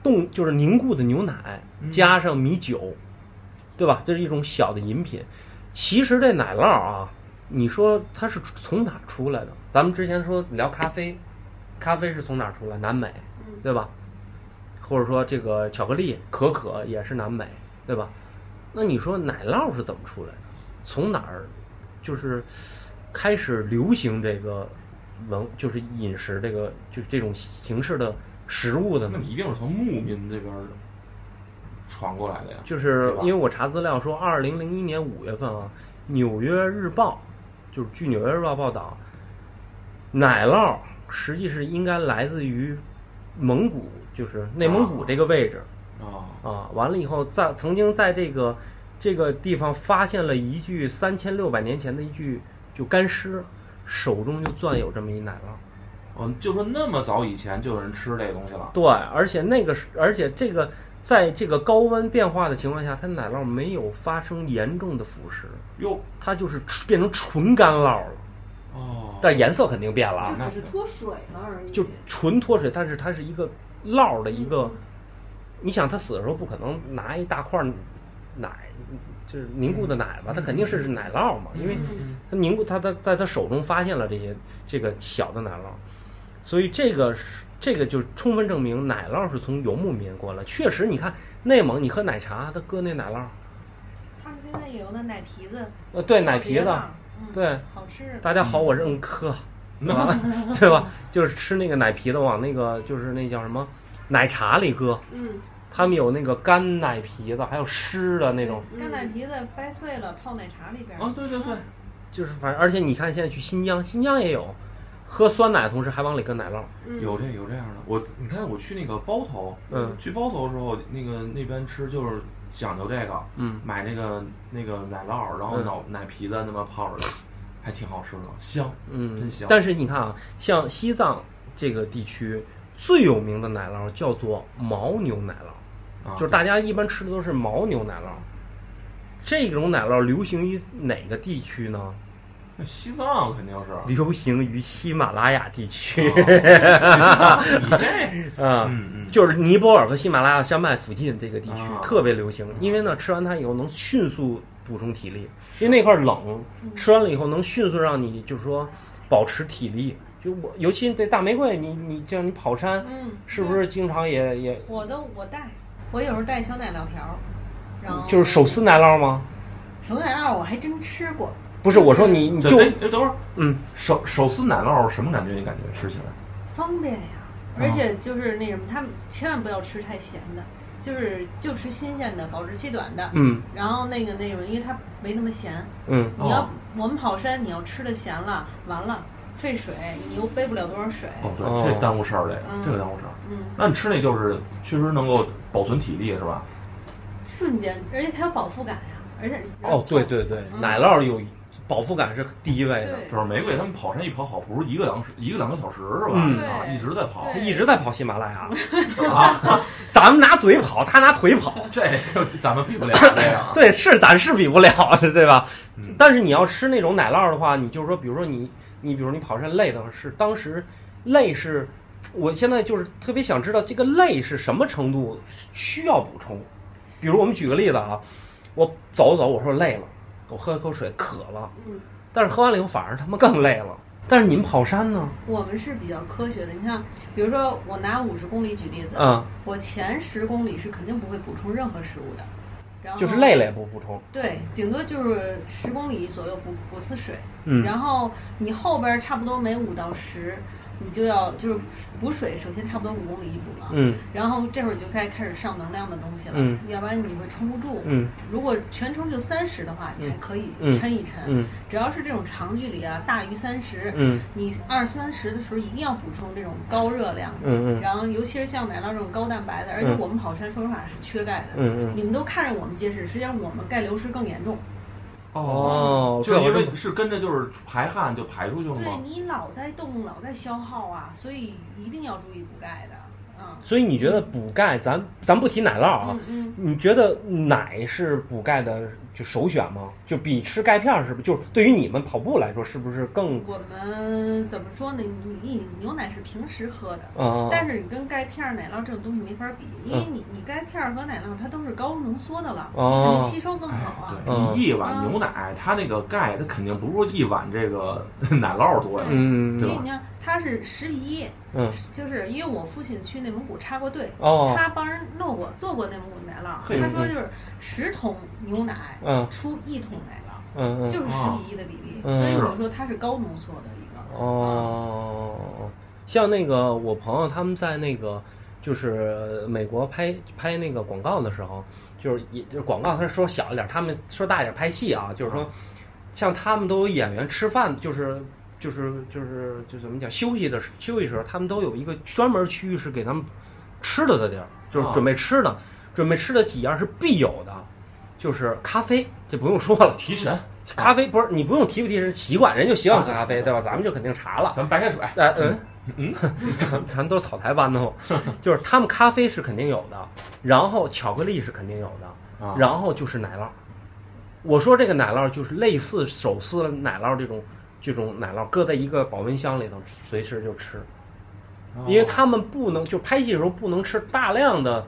冻就是凝固的牛奶
嗯
加上米酒，对吧？这是一种小的饮品。其实这奶酪啊，你说它是从哪儿出来的？咱们之前说聊咖啡，咖啡是从哪儿出来？南美，
嗯
对吧？或者说这个巧克力、可可也是南美，对吧？那你说奶酪是怎么出来的？从哪儿就是开始流行这个文，就是饮食这个就是这种形式的食物的
那
呢？
你一定是从牧民这边儿传过来的呀？
就是
对吧
因为我查资料说，二零零一年五月份啊，《纽约日报》就是据《纽约日报》报道，奶酪实际是应该来自于蒙古，就是内蒙古这个位置。
啊，
啊，完了以后，在曾经在这个这个地方发现了一具三千六百年前的一具就干尸，手中就攥有这么一奶酪。
嗯，就说那么早以前就有人吃这东西了，
对，而且那个是，而且这个在这个高温变化的情况下，它奶酪没有发生严重的腐蚀，
哟，
它就是纯变成纯干酪了，
哦，
但颜色肯定变了啊，
那
就只是脱水了而已。
就纯脱水，但是它是一个酪的一个。
嗯
你想他死的时候不可能拿一大块奶，就是凝固的奶吧？他肯定是奶酪嘛，因为哦
嗯
他凝固，他在在他手中发现了这些这个小的奶酪，所以这个是这个就充分证明奶酪是从游牧民过来。确实，你看内蒙，你喝奶茶，他搁那奶酪，
他们现在有那奶皮子，
呃，对，奶皮
别
子
的，，嗯
对，
好吃。
大家好，我是嗯科，啊对吧？就是吃那个奶皮子，往那个就是那叫什么奶茶里搁，
嗯
他们有那个干奶皮子，还有湿的那种。哦
干奶皮子掰碎了泡奶茶里边儿。
啊，对对对，
就是反正，而且你看现在去新疆，新疆也有，喝酸奶的同时还往里搁奶酪，
嗯，
有这有这样的，我你看我去那个包头，
嗯
去包头的时候，那个那边吃就是讲究这个，
嗯，
买那个那个奶酪，然后
嗯
脑、奶皮子那么泡着，还挺好吃的，香，
嗯
真香，
但是你看啊，像西藏这个地区最有名的奶酪叫做牦牛奶酪，
啊、
就是大家一般吃的都是牦牛奶酪。这种奶酪流行于哪个地区呢？
那西藏肯定 是，
流行于喜马拉雅地区
啊西藏你这，
啊。
嗯嗯，
就是尼泊尔和喜马拉雅山脉附近这个地区
啊
特别流行，因为呢，吃完它以后能迅速补充体力，因为那块儿冷，
嗯
吃完了以后能迅速让你就是说保持体力。就我，尤其这大玫瑰，你你像你跑山，
嗯，
是不是经常也也
我都我带，我有时候带小奶酪条儿，然后
就是手撕奶酪吗？
手奶酪，我还真吃过。
不是，我说你你
这
就
哎哎等会儿
嗯，
手手撕奶酪什么感觉？你感觉吃起来？
方便
啊
呀，而且就是那什么，他们千万不要吃太咸的，就是就吃新鲜的，保质期短的。
嗯
然后那个那种，因为它没那么咸，
嗯
哦
你要、我们跑山，你要吃的咸了，完了费水，你又背不了多少水。
哦，对，
哦
这耽误事儿，这个、
嗯
这个耽误事儿。
嗯，
那你吃那就是确实能够保存体力是吧？
瞬间，而且它有饱腹感呀，而且
哦，对，对对，奶酪有饱腹感是第一位的，
嗯对
主要玫瑰他们跑山一跑好不是一个两时一个两个小时是吧？
嗯
啊，
对
一直在跑
对
一直在跑喜马拉雅，
啊，
咱们拿嘴跑，他拿腿跑。啊
这个咱们比不了这个啊。
对，是咱是比不了的，对吧？
嗯
但是你要吃那种奶酪的话，你就是说，比如说你，你比如说你跑山累的话，是当时累是，我现在就是特别想知道这个累是什么程度需要补充。比如我们举个例子啊，我走着走，我说累了，我喝一口水，渴了，
嗯，
但是喝完了以后反而他妈更累了。但是你们跑山呢？
我们是比较科学的。你看，比如说我拿五十公里举例子，
啊、
我前十公里是肯定不会补充任何食物的，然后
就是累了也不补充。
对，顶多就是十公里左右补补次水，
嗯
然后你后边儿差不多每五到十，你就要就是补水，首先差不多五公里一补了，
嗯
然后这会儿就该开始上能量的东西了，
嗯
要不然你会撑不住。
嗯
如果全程就三十的话，你还可以
嗯
抻一抻，
嗯
只要是这种长距离啊，大于三十、
嗯
你二三十的时候一定要补充这种高热量的，
嗯嗯
然后尤其是像奶酪这种高蛋白的，而且
嗯
我们跑山说实话是缺钙的，
嗯嗯。
你们都看着我们结实，实际上我们钙流失更严重。
哦，
就是因
这我
为是跟着就是排汗就排
嗯
出去了
对
吗？
你老在动，老在消耗啊，所以一定要注意补钙的。嗯
所以你觉得补钙，咱咱不提奶酪啊，
嗯嗯，
你觉得奶是补钙的就首选吗？就比吃钙片儿是不是？就是对于你们跑步来说，是不是更
我们怎么说呢？你你牛奶是平时喝的。
呃？
但是你跟钙片儿、奶酪这种东西没法比，因为你你钙片儿和奶酪它都是高浓缩的了，
嗯哦
肯定吸收更
哎
好啊。
对
嗯
你一碗牛奶，它那个钙，它肯定不是说一碗这个 奶酪多呀。
嗯
因为
对吧
你看它是十比一，
嗯
就是因为我父亲去内蒙古插过队，
哦
他帮人弄过做过内蒙古奶酪，
嘿
他说就是十桶牛奶
嗯
出一桶奶酪。
嗯嗯
就是十
哦
比一的比例，
嗯
所以我
是
说它是高浓缩的一个。
哦，像那个我朋友他们在那个就是美国拍拍那个广告的时候，就是也就是广告，他说小一点，他们说大一点拍戏啊，就是说像他们都有演员吃饭，就是就是就是就怎么讲休息的时休息时候，他们都有一个专门区域是给他们吃的的地儿，就是
哦
准备吃的，准备吃的几样是必有的，就是咖啡，这不用说了。
提神，
咖啡不是你不用提不提是习惯，人就习惯喝
啊
咖啡，对吧？咱们就肯定茶了。
咱白开水。
呃嗯嗯， 咱咱都是草台班子嘛， 就是他们咖啡是肯定有的，然后巧克力是肯定有的，
啊
然后就是奶酪。我说这个奶酪就是类似手撕奶酪这种这种奶酪，搁在一个保温箱里头，随时就吃。
哦
因为他们不能就拍戏的时候不能吃大量的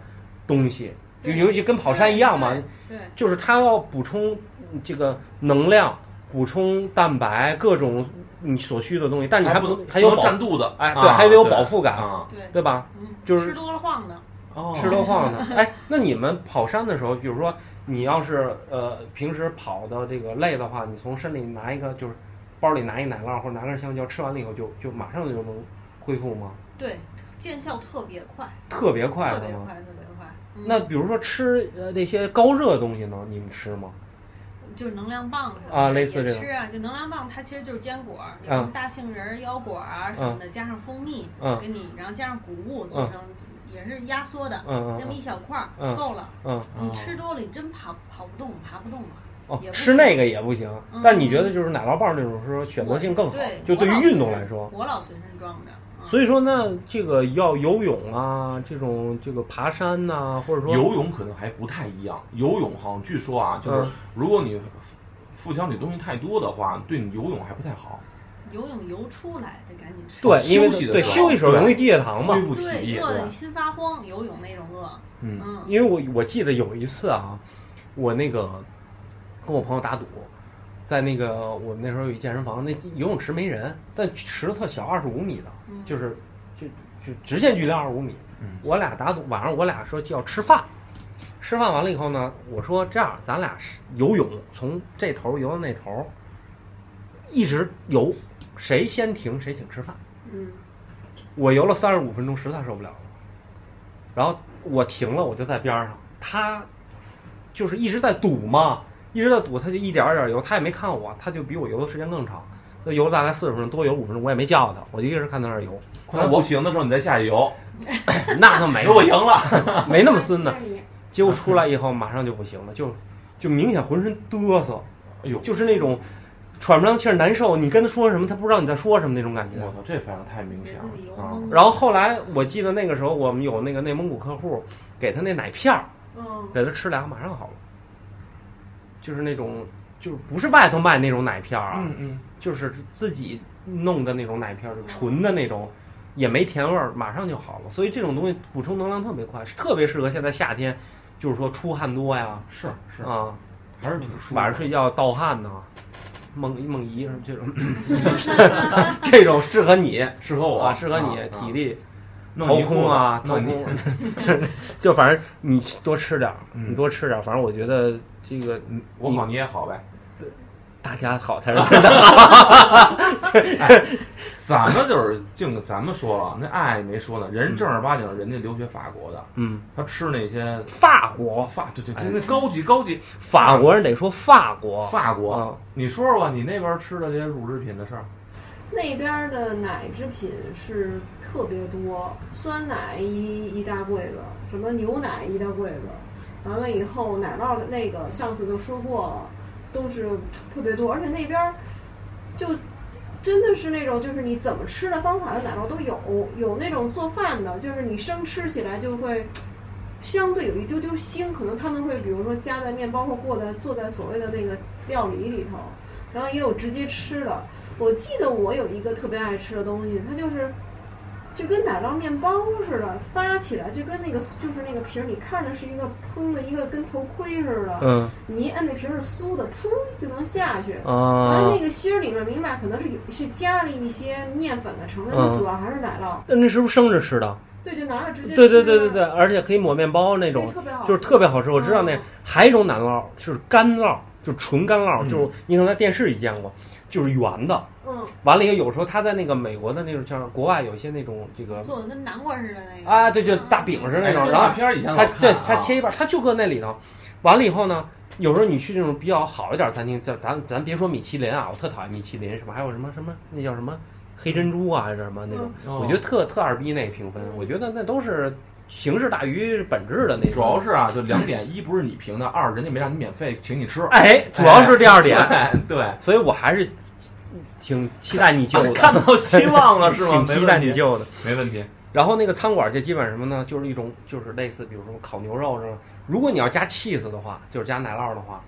东西，尤
对
尤其跟跑山一样嘛，
嗯对，对
就是它要补充嗯这个能量，补充蛋白，各种你所需的东西，但你
还
不
能
还有
不能
饱
占，肚子，
哎
啊
对还得有饱腹感
啊
对
对吧？
嗯，
就是
吃多了晃的。
哦
吃多晃的。哎，那你们跑山的时候，比如说你要是呃平时跑的这个累的话，你从身里拿一个就是包里拿一奶酪或者拿根香蕉，吃完了以后就就马上就能恢复吗？
对，见效特别快，
特别快
特
的
别
吗？
快，特别快。嗯
那比如说吃呃那些高热的东西呢，你们吃吗？
就是能量棒什么的
啊类似
也
这种啊
吃啊，就能量棒它其实就是坚果，有什么大杏仁儿、腰果啊什么的，加上蜂蜜，
嗯
给你，然后加上谷
啊
物做成，也是压缩的，
嗯
那么
嗯
一小块儿
嗯
够了。
嗯
嗯
你吃多了，你真爬跑不动，爬不动了。
哦
也，不
吃那个也不行
嗯。
但你觉得就是奶酪棒这种说选择性更好
对，，
就对
我老
于运动
随身
来说。
我老随身装着。嗯
所以说呢，这个要游泳啊，这种这个爬山呐、或者说
游泳可能还不太一样，游泳好像据说啊，就是
嗯
如果你腹腔里东西太多的话，对你游泳还不太好，
游泳游出来得赶紧吃。
对，因为
休息的
对
时候
休息时候容易低血糖嘛
恢。复体
对，
力。
饿的你
对，
心发慌，游泳那种饿。
嗯，
嗯，
因为我我记得有一次啊，我那个跟我朋友打赌，在那个我们那时候有一健身房，那游泳池没人，但池子特小，二十五米的，
嗯
就是就就直线距离二十五米。
嗯
我俩打赌，晚上我俩说就要吃饭，吃饭完了以后呢，我说这样，咱俩是游泳从这头游到那头，一直游，谁先停谁请吃饭。
嗯，
我游了三十五分钟，实在受不了了，然后我停了，我就在边上，他就是一直在堵嘛，一直在堵，他就一点儿一点儿游，他也没看我，他就比我游的时间更长，他游了大概四十分钟，多游五分钟，我也没叫他，我就一直看他那儿游，
快到不行的时候你再下去游，
那可没
给我赢 了。
没那么孙呢
但，是你
结果出来以后马上就不行了，就就明显浑身嘚瑟，
哎呦，
就是那种喘不上气儿、难受，你跟他说什么，他不知道你在说什么那种感觉。
我操，这反应太明显
给自己游
了啊！
懵
然后后来我记得那个时候我们有那个内蒙古客户给他那奶片儿，
嗯，
给他吃俩，马上好了。就是那种，就是不是外头卖那种奶片儿啊，
嗯嗯，
就是自己弄的那种奶片儿，就纯的那种，也没甜味儿，马上就好了。所以这种东西补充能量特别快，特别适合现在夏天，就是说出汗多呀，
是是，
啊，
还是挺舒服。
晚上睡觉盗汗呐、梦梦遗什么这 种，这种适合你
适合我
啊，适合你
啊
体力。
弄
掏
泥
空啊，
裤子
掏
弄泥
空， 就反正你多吃点儿，
嗯
你多吃点儿，反正我觉得这个你
我好你也好呗。
大家好才是 真的。
咱们就是净咱们说了，那爱没说呢，人正儿八经人家留学法国的，
嗯，
他吃那些哦
法国，
法，对对
哎
对，那高级高级
法国人得说法国，
法国
啊。
你说说吧，你那边吃的这些乳制品的事儿，
那边儿的奶制品是特别多，酸奶一一大柜子，什么牛奶一大柜子，完了以后奶酪的那个上次就说过了，都是特别多，而且那边儿就真的是那种就是你怎么吃的方法的奶酪都有，有那种做饭的，就是你生吃起来就会。相对有一丢丢腥，可能他们会比如说加在面包或过在做在所谓的那个料理里头，然后也有直接吃的。我记得我有一个特别爱吃的东西，它就是就跟奶酪面包似的，发起来就跟那个就是那个皮儿，你看着是一个蓬的一个跟头盔似的，
嗯
你一摁那皮儿是酥的，噗就能下去。完了
啊
那，个芯儿里面，明白可能是有是加了一些面粉的成分，
嗯
它主要还是奶酪。
那那是不是生着吃的？
对，就拿了直接吃。啊
对对对对对，，而且可以抹面包那种
对特别好，吃
就是特别好吃。我知道那
嗯
还有一种奶酪就是干酪，就是纯干酪，
嗯
就是你可能在电视里见过，就是圆的。
嗯，
完了以后，有时候他在那个美国的那种，像国外有一些那种这个
做的跟南瓜似的那个
啊，对，就大饼似的那
哎
种，
动
然后
画片儿以前老
他
看
对
啊
他切一半儿，他就搁那里头。完了以后呢，有时候你去那种比较好一点儿餐厅，叫咱咱别说米其林啊，我特讨厌米其林什么，还有什么什么那叫什么黑珍珠啊，还是什么那种，
嗯
我觉得特特二逼那评分，我觉得那都是形式大于本质的那种。
主要是啊，就两点，一不是你评的，二人家没让你免费请你吃，
哎，主要是第二点，
哎对，
所以我还是挺期待你救的，
看到希望了是吗？
挺期待你
就
救的。
没问题，
然后那个餐馆就基本什么呢？就是一种就是类似，比如说烤牛肉这种。如果你要加 cheese 的话，就是加奶酪的话，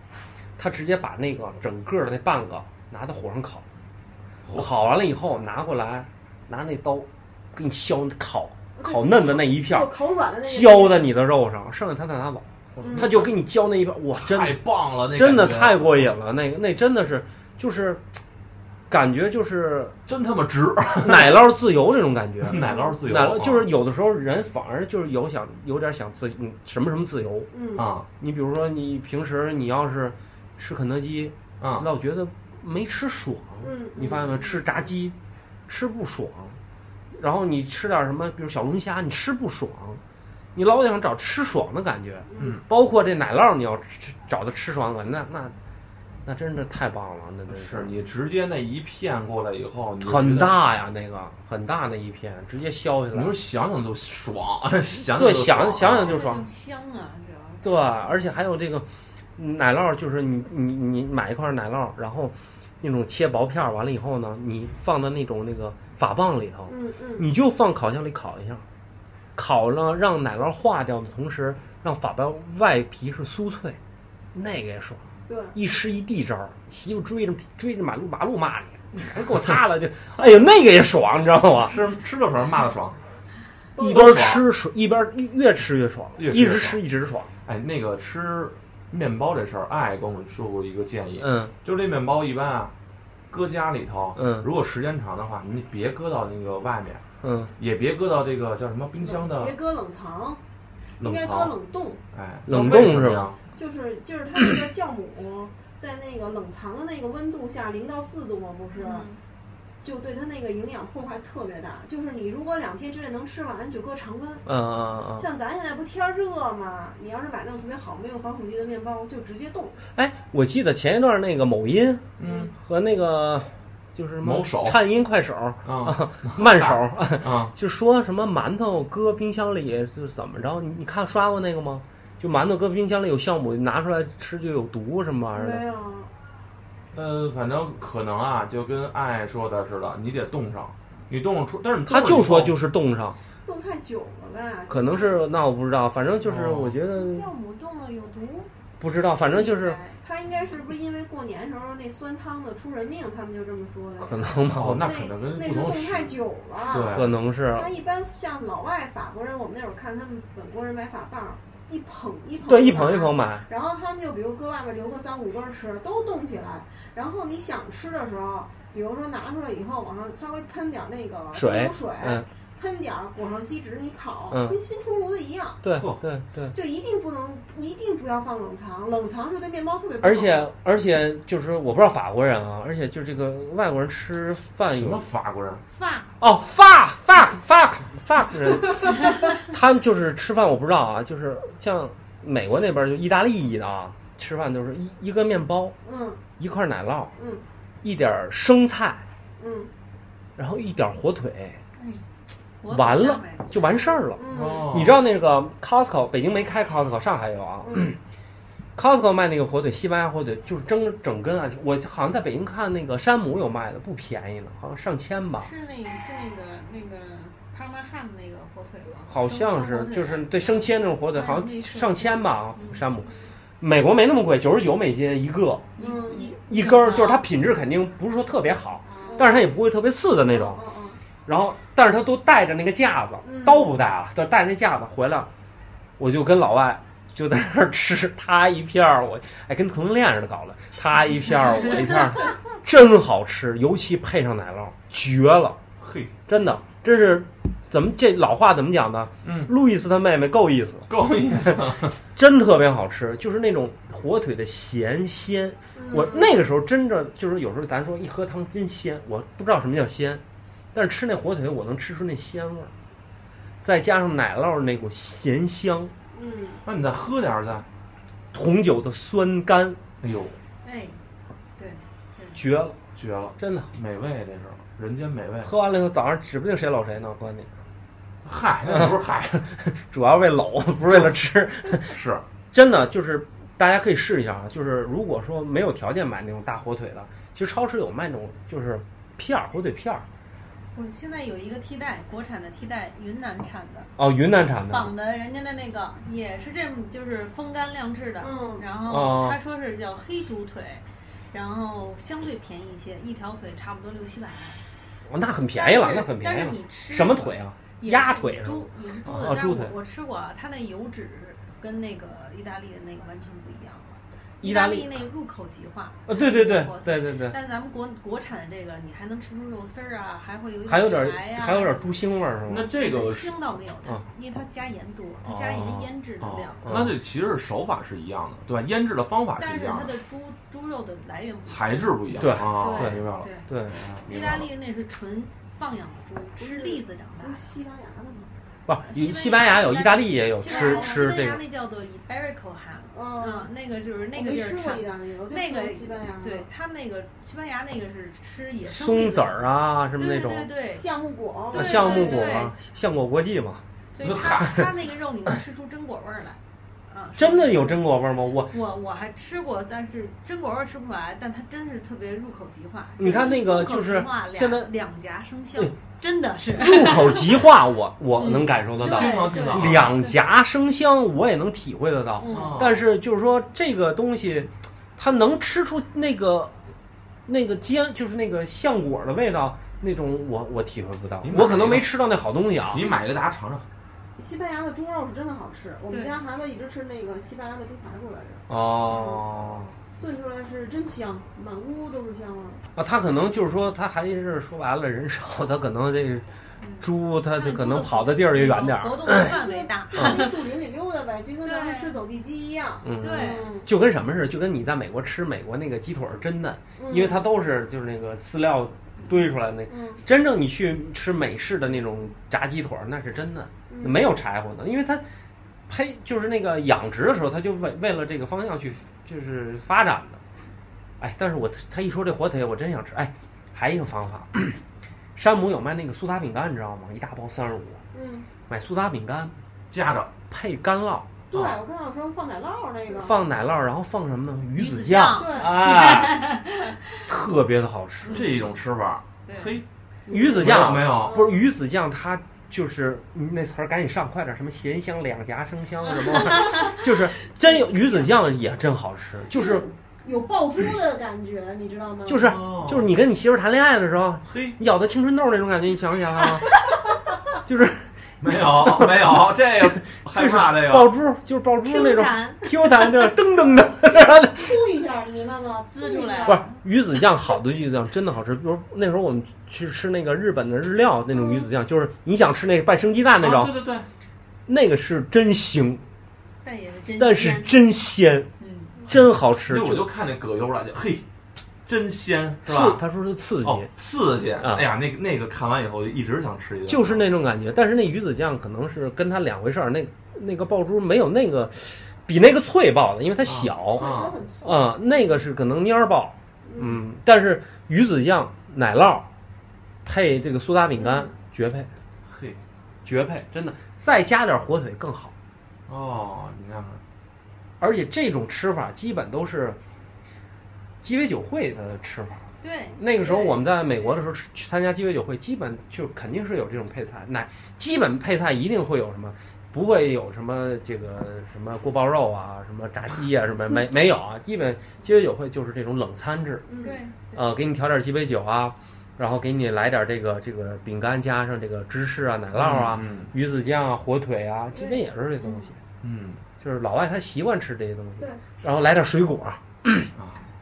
他直接把那个整个的那半个拿到火上烤，烤完了以后拿过来，拿那刀给你削烤烤嫩的那一片
就
儿，
烤软的那个。
削在你的肉上，剩下他再拿走，
嗯
他就给你削那一片儿，哇，真的
太棒了，那
真的
感觉
太过瘾了，那个那真的是就是感觉就是
真他妈值，
奶酪自由这种感觉，
奶酪自由，啊
奶酪就是有的时候人反而就是有想有点想自嗯什么什么自由。
嗯，
啊
你比如说你平时你要是吃肯德基，
啊，
老觉得没吃爽，
嗯
你发现没？吃炸鸡吃不爽，然后你吃点什么，比如小龙虾，你吃不爽，你老想找吃爽的感觉。
嗯，
包括这奶酪，你要吃找的吃爽感，那那那真是太棒了，那真
是你直接那一片过来以后，你就
很
觉得。
大呀，那个很大那一片，直接削下
你
来
说。想想就爽， 想想
对
就
想想想
就
就爽
更香啊，主要是
对，而且还有这个奶酪，就是你你你买一块奶酪，然后那种切薄片儿，完了以后呢，你放到那种那个法棒里头，
嗯嗯，
你就放烤箱里烤一下，烤了让奶酪化掉的同时，让法棒外皮是酥脆，那个也爽。
对，
一吃一地招儿，媳妇追着追着马路马路骂你，给我擦了就，哎呦那个也爽，你知道吗？
吃吃的爽，骂的爽。
一
都
边
爽
吃爽一边越吃越爽，
越吃
一
越
直
爽
吃一直爽。
哎，那个吃面包这事儿，爱跟我说过一个建议，
嗯
就是这面包一般啊，搁家里头，
嗯
如果时间长的话，你别搁到那个外面，
嗯，
也别搁到这个叫什么冰箱的
别搁冷藏，嗯应
冷
该搁
藏，
冷冻，
哎，
冷
知道为
冻
什么
是
呀
吧？
就是就是它那个酵母在那个冷藏的那个温度下，零到四度嘛，不是，
嗯
就对它那个营养破坏特别大。就是你如果两天之内能吃完，就搁常温。
嗯嗯嗯嗯。
像咱现在不天儿热嘛，你要是买那种特别好没有防腐剂的面包，就直接冻。
哎，我记得前一段那个某音
嗯
和那个就是什么
某手
颤音快手
啊
啊慢手，
啊，
就说什么馒头搁冰箱里是怎么着？你你看刷过那个吗？就馒头搁冰箱里有酵母，拿出来吃就有毒什么玩意儿
没
的？
有，
呃，反正可能啊，就跟爱说的似的，你得冻上，你冻上出，但是你
他就说就是是冻上，
冻太久了吧？
可能是那我不知道，反正就是
哦
我觉得
酵母冻了有毒，
不知道，反正
嗯
就是
他应该是不是因为过年时候那酸汤子出人命，他们就这么说的。
可能吧，
哦，啊
我
那可能跟
那
不
是
同
冻
时
太久了。
可能是
他一般像老外法国人，我们那会儿看他们本国人买法棒，一捧一捧，
对一捧一捧。买，
然后他们就比如搁外面留个三五根儿吃，都冻起来。然后你想吃的时候，比如说拿出来以后，往上稍微喷点儿那个
水
蒸馏水，
嗯，
喷点儿裹上锡纸，你烤，
嗯
跟新出炉的一样。
对
呵
对对，
就一定不能，一定不要放冷藏，冷藏是对面包特别不好。
而且而且就是我不知道法国人啊，而且就这个外国人吃饭
什么
有
法国人
发
哦法法法法国人， 他们就是吃饭我不知道啊，就是像美国那边儿就意大利裔的啊，吃饭就是一一个面包，
嗯
一块奶酪，
嗯
一点儿生菜，
嗯
然后一点儿火腿，
我
完
怎么
了
样买
就完事儿了。
哦
嗯
你知道那个 Costco 北京没开 Costco，上海有啊。
嗯
Costco 卖那个火腿，西班牙火腿就是整整根啊！我好像在北京看那个山姆有卖的，不便宜呢，好像上千吧，
是那是那个那个帕玛汉那个火腿吧？
好像是
生火腿
就是对生切那种火腿，
哎
好
那
像
是
上千吧，
嗯
山姆。美国没那么贵，九十九美金一个，
嗯
一嗯
一根儿就是它品质肯定不是说特别好，但是它也不会特别次的那种。
嗯嗯
然后，但是他都带着那个架子，
嗯
刀不带啊，但带着那架子回来，我就跟老外就在那儿吃，他一片儿我，哎，跟同性恋似的搞了，他一片儿我一片儿，真好吃，尤其配上奶酪，绝了，
嘿，
真的，真是怎么这老话怎么讲呢？
嗯，
路易斯他妹妹够意思，
够意思。
真特别好吃，就是那种火腿的咸鲜，
嗯
我那个时候真的就是有时候咱说一喝汤真鲜，我不知道什么叫鲜，但是吃那火腿我能吃出那鲜味儿，再加上奶酪那股咸香，
嗯
那你再喝点儿再，哎
红酒的酸甘，
呦，
哎，对，
绝了，
绝了，
真的。
美味这是人间美味。
喝完了以后早上指不定谁搂谁呢，我告诉你，
嗨，那不是嗨，
主要是为搂，不是为了吃。
是
真的就是大家可以试一下啊，就是如果说没有条件买那种大火腿的，其实超市有卖那种就是片儿火腿片儿，
我现在有一个替代，国产的替代，云南产的，
哦，云南产的，
仿的人家的那个也是这么就是风干晾制的，
嗯
然
哦
后他说是叫黑猪腿，然后相对便宜一些，一条腿差不多六七百，
哦，那很便宜了，
但是
那很便宜
但
了
是你。吃
什么腿啊？
也是
鸭腿是吗
猪也是猪
啊
的，
啊
但是
猪
我
腿
我吃过啊，它那油脂跟那个意大利的那个完全不一样了，
意
意
大
大
利
利那个入口即化，
啊，对对对
火腿
对对对，
但咱们国国产的这个，你还能吃出肉丝儿啊，还会有一
还有点
点
儿
柴啊呀、
还有点儿猪腥味儿是
那
吗？
这个是
腥倒没有它，
啊
因为它加盐多，它加盐腌制的量，
哦那这其实手法是一样的，对吧？腌制的方
哦
法
但
是一
是
样
它
的，
的猪猪肉的来源不一样
材质不一样。
对
啊，
对
明白了。
对，
对，
明
意
白
大
了
利那是纯放养的猪，吃栗子长
嗯
不是
大。
西班牙的吗？
不，
西班牙
西班牙有，意大利也有
西班
吃
牙
吃
西班
这
牙
个，
那叫做 Iberico ham，
嗯，
啊，那个就是那
我
个
哦没
地
吃
儿
过
产
意，大利，我就
那
吃过
个
西班牙。
对，他们那个西班牙那个是吃野生
松
那个
子儿啊，什么那
对
种啊
对对对，
橡木果，
对
橡木果
对对，
橡果国际嘛，
所以它 它那个肉你能吃出榛果味儿来，啊，
真的有榛果味儿吗？我
我我还吃过，但是榛果味儿吃不出来，但它真是特别入口即化。
你看那个
入口
就是
即化两
现在嗯
两颊生香
对，
真的是。
入口即化，我我
嗯
能感受得到
经，
对
常听到
对
两颊生香，我也能体会得到。
哦
嗯，
但是就是说这个东西，它能吃出那个那个煎，就是那个橡果的味道，那种我我体会不到
你，买
我可能没吃到那好东西啊。
你买一个大家尝尝，
西班牙的猪肉是真的好吃。我们
对
家孩子一直吃那个西班牙的猪排骨来着，
哦。
炖出来是真香，满屋都是香味儿。
啊，他可能就是说，他还是说白了人少，他可能这个猪，他他可能跑的地儿也远点
活
儿，
动范围大。
就在树林里溜达呗，就跟咱们
对
吃走地鸡一样。
嗯，
对
嗯，
就跟什么似的，就跟你在美国吃美国那个鸡腿儿真嫩，因为它都是就是那个饲料堆出来的那，
嗯
真正你去吃美式的那种炸鸡腿儿，那是真嫩，
嗯
没有柴火的，因为它胚就是那个养殖的时候，它就为为了这个方向去就是发展的。哎，但是我他一说这火腿，我真想吃。哎，还有一个方法， 山姆有卖那个苏打饼干，你知道吗？一大包三十五，
嗯，
买苏打饼干
夹着
配干酪，
对，
啊
我刚想说放奶酪那个，
放奶酪，然后放什么呢？鱼
鱼
子
子酱
对，
哎，特别的好吃。
这一种吃法，
嗯
嗯
对
嘿，
鱼子
没有
酱
没有，
不是鱼子酱，它就是嗯那词儿，赶紧上，快点！什么咸香、两颊生香什么玩意儿，就是真有鱼子酱也真好吃，就是
有爆珠的感觉，你知道吗？
就是
哦
就是你跟你媳妇儿谈恋爱的时候，
嘿，
咬的青春痘那种感觉，你想不想啊？ 就是
没有没有，这个害怕这
爆
个，
珠，就是爆珠
Q
那种
弹
Q 弹的，噔噔的。
出一下，你明白吗？
滋出来
不是鱼子酱，好的鱼子酱真的好吃。比如那时候我们去吃那个日本的日料那种鱼子酱，就是你想吃那个拌生鸡蛋那
啊
种，
对对对，
那个是真腥，
但也是真
但是
鲜。
真鲜，
嗯，
真好吃。
那我就看那葛优来就嘿，真鲜是
刺
吧，？
他说是刺激，
哦，刺激！
啊
哎呀，那个那个看完以后就一直想吃一顿，
就是那种感觉。但是那鱼子酱可能是跟它两回事儿，那那个爆珠没有那个比那个脆爆的，因为它小
啊
它很粗，
啊、那个是可能蔫儿爆，嗯，但是鱼子酱、奶酪配这个苏打饼干绝配，
嘿
绝配，真的，再加点火腿更好。
哦，你看看，
而且这种吃法基本都是鸡尾酒会的吃法。
对。
那个时候
对
我们在美国的时候吃去参加鸡尾酒会，基本就肯定是有这种配菜，奶基本配菜一定会有什么，不会有什么这个什么锅包肉啊，什么炸鸡啊，什么没没有啊，基本鸡尾酒会就是这种冷餐制，
嗯，
对，
呃，给你调点鸡尾酒啊，然后给你来点这个这个饼干，加上这个芝士啊、奶酪啊、
嗯
鱼子酱啊、火腿啊，基本也是这东西，
嗯
就是老外他习惯吃这些东西
对，
然后来点水果，
啊，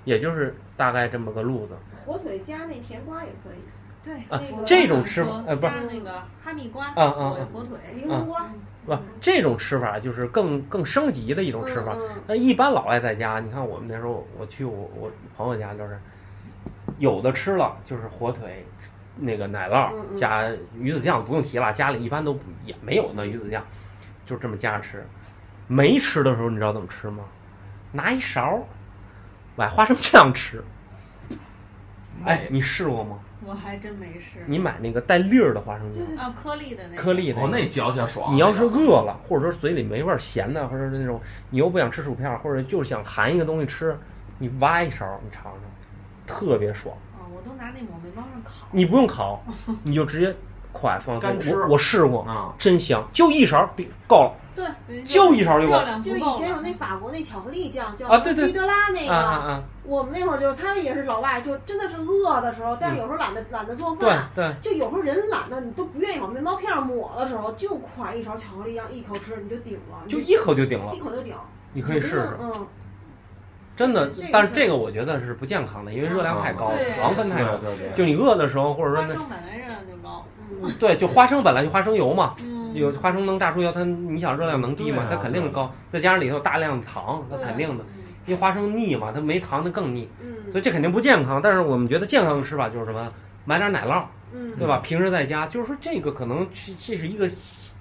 也就是大概这么个路子。
火腿加那甜瓜也可以，
对
啊
那个
这种吃法呃不
加
是
上那个哈密瓜、
啊啊啊
火腿，嗯
柠檬瓜
不，这种吃法就是更更升级的一种吃法。
嗯
啊
嗯
但一般老外在家，你看我们那时候，我去我我朋友家就是，有的吃了就是火腿，那个奶酪
嗯嗯
加鱼子酱，不用提了，家里一般都不也没有那鱼子酱，就这么加着吃。没吃的时候，你知道怎么吃吗？拿一勺儿，买花生酱吃。哎，
嗯
你试过吗？
我还真没吃。
你买那个带粒儿的花生酱，
啊，颗粒的那个
颗粒的、
哦，那嚼起来爽。
你要是
那个
饿了，或者说嘴里没味儿、咸的，或者是那种你又不想吃薯片，或者就想含一个东西吃，你挖一勺你尝尝，特别爽。
啊，我都拿那抹面包上烤。
你不用烤，你就直接快放
干
进去
吃
我我试过，
啊，
真香，就一勺顶够了。
对，
就一勺就够
热量
嗯就
足
以
够
前有
了。
那法国那巧克力酱叫
啊对对
迪德拉那
啊啊
个，
啊！
我们那会儿就他们也是老外，就真的是饿的时候，
嗯
但是有时候懒得懒得做
对
饭。
对，
就有时候人懒得，你都不愿意往面包片上抹的时候，就㧟一勺巧克力酱，一口吃你就顶了，
就
你
一口就顶了
一，口就顶。
你可以试试，
嗯，
真的
这个。
但是
是
这个我觉得是不健康的，因为热量太高了
对，
糖分太高
嗯对
了。
对对，
就你饿的时候，或者说
花
那
生本来热量就高，
嗯，
对，就花生本来就花生油嘛，
嗯，
有花生能炸出油，它你想热量能低吗？
对啊啊
它肯定高，再加上里头大量的糖，那肯定的。
嗯
因为花生腻嘛，它没糖它更腻，所以
嗯
这肯定不健康。但是我们觉得健康的吃法就是什么，买点奶酪，
嗯，
对吧？平时在家，就是说这个可能这这是一个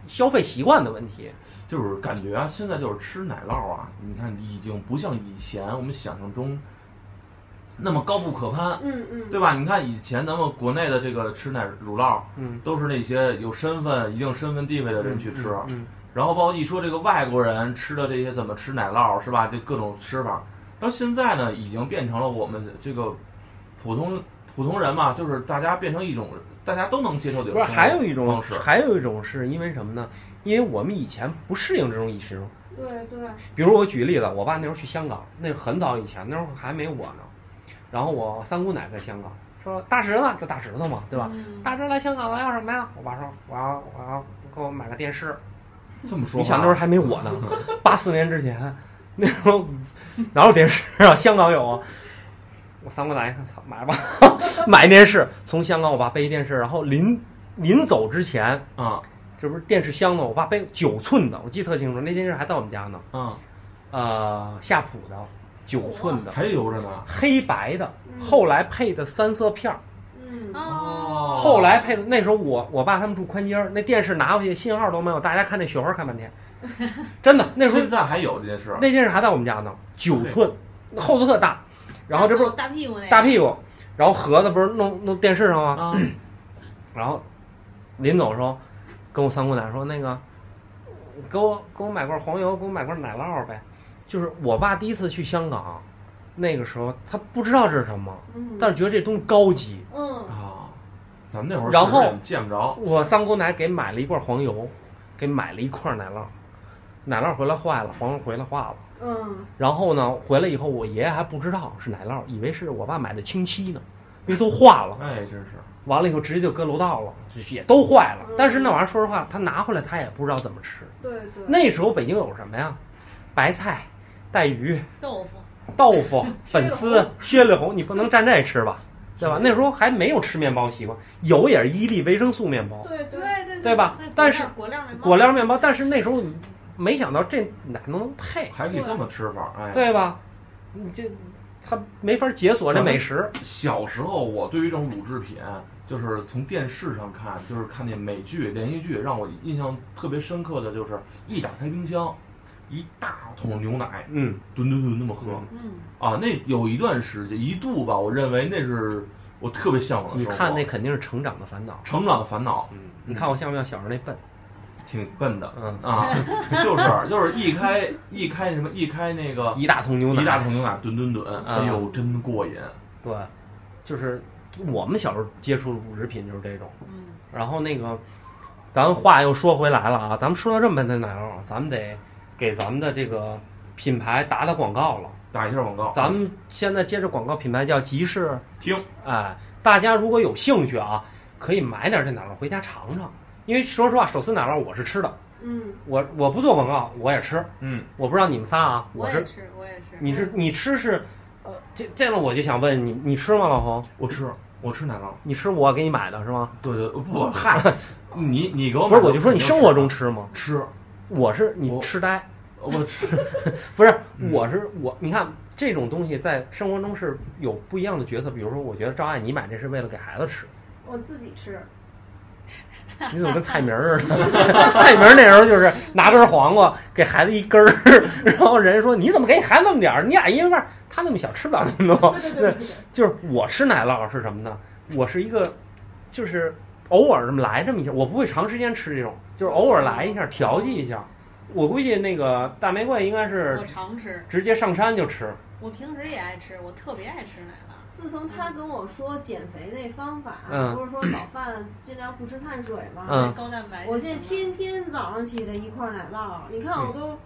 消费习惯的问题。嗯
就是感觉啊，现在就是吃奶酪啊，你看已经不像以前我们想象中那么高不可攀，
嗯嗯，
对吧？你看以前咱们国内的这个吃奶乳酪，
嗯，
都是那些有身份、一定身份地位的人去吃，啊
嗯，
然后包括一说这个外国人吃的这些怎么吃奶酪是吧？就各种吃法，到现在呢，已经变成了我们这个普通普通人嘛，就是大家变成一种大家都能接受
嗯
的一
不
种
是，
生活
还有一种
方式，，
还有一种是因为什么呢？因为我们以前不适应这种饮食
对对，
比如我举例子，我爸那时候去香港，那是很早以前，那时候还没我呢。然后我三姑奶在香港，说大石呢，就大石头嘛，对吧？
嗯
大石来香港了要什么呀？我爸说我要我要给我买个电视。
这么说
你
话
想那时候还没我呢，八四年之前，那时候哪有电视啊？香港有啊。我三姑奶奶，操，买吧， 买电视。从香港我爸背一电视，然后临临走之前，
啊
这不是电视箱子，我爸背九寸的，我记得特清楚，那电视还在我们家呢。
啊，
呃夏普的九寸的
还有着呢。
黑白的，
嗯
后来啊配的三色片儿，
嗯，
哦
后来配的那时候我我爸他们住宽街儿，那电视拿回去信号都没有，大家看那雪花看半天，真的那时候
现在还有这件事，
那电视还在我们家呢，九寸，厚度特大，然后这不是
大屁股那个
大屁股，然后盒子不是弄弄电视上吗？
啊，
然后临走的时候跟我三姑奶奶说那个，给我给我买罐黄油，给我买罐奶酪呗。就是我爸第一次去香港，那个时候他不知道这是什么，
嗯，
但是觉得这东西高级。
嗯，
啊，咱们那会儿
然后
确实也见不着，
我三姑奶奶给买了一罐黄油，给买了一块奶酪，奶酪回来坏了，黄油回来化了。
嗯，
然后呢，回来以后我爷爷还不知道是奶酪，以为是我爸买的清漆呢，因为都化了。
哎，真是
完了以后直接就搁楼道了，也都坏了
嗯。
但是那玩意儿，说实话，他拿回来他也不知道怎么吃。
对对，
那时候北京有什么呀？白菜、带鱼、
豆腐，
豆 腐、粉丝、血里红，你不能蘸这吃吧？对吧？那时候还没有吃面包习惯，有也是伊利维生素面包、
对对，
对对
对吧
那果
但是
料果料面包
果料面包，但是那时候没想到这哪能配，
还可以这么吃法，哎，
对吧？你这他没法解锁这美食，
小时候，我对于这种乳制品，就是从电视上看，就是看见美剧、连续剧，让我印象特别深刻的就是一打开冰箱，一大桶牛奶，
嗯，
吨吨吨那么喝
嗯，
啊！那有一段时间，一度吧，我认为那是我特别向往的
你
生活。
看那肯定是成长的烦恼。
成长的烦恼
嗯，你看我像不像小时候那笨？
挺笨的
嗯，
啊， 就是就是一开一开什么一开那个
一大桶牛奶，
一大桶牛奶，吨吨吨，
啊
哎呦，真过瘾！
对，就是我们小时候接触乳制品就是这种。
嗯
然后那个，咱话又说回来了啊，咱们说到这么半天奶酪，咱们得给咱们的这个品牌打打广告了。
打一下广告，
咱们现在接着广告品牌叫集市，
听
哎，大家如果有兴趣啊，可以买点这奶酪回家尝尝。因为说实话，手撕奶酪我是吃的，
嗯，
我我不做广告，我也吃。
嗯，
我不知道你们仨啊，
我
是
也吃，我也吃，
你是你吃是，呃，这这样我就想问你，你吃吗，老侯？
我吃我吃奶酪。
你吃我给你买的是吗？
对对，不，嗨，你你给我
不
买
是，
的
我就说你
肯定
生活中吃吗？
吃，
我是你
我
痴呆，
我吃，
不是，我是我。你看这种东西在生活中是有不一样的角色。比如说，我觉得赵爱你买这是为了给孩子吃，
我自己吃，
你怎么跟蔡明儿似的？ 蔡明儿那时候就是拿根黄瓜给孩子一根儿， 然后人说你怎么给你孩子那么点儿？你俩一人份儿，他那么小吃不了那么多
对。对对对对，
就是我吃奶酪是什么呢？我是一个，就是偶尔这么来这么一下，我不会长时间吃这种，就是偶尔来一下调剂一下。我估计那个大玫瑰应该是
我常吃，
直接上山就吃，
我平时也爱吃，我特别爱吃奶酪，
自从他跟我说减肥那方法，
嗯
不是说早饭尽量不吃碳水嘛，
嗯
高蛋白就
我
行
现
了。
在天天早上起来一块奶酪，你看
嗯
我都，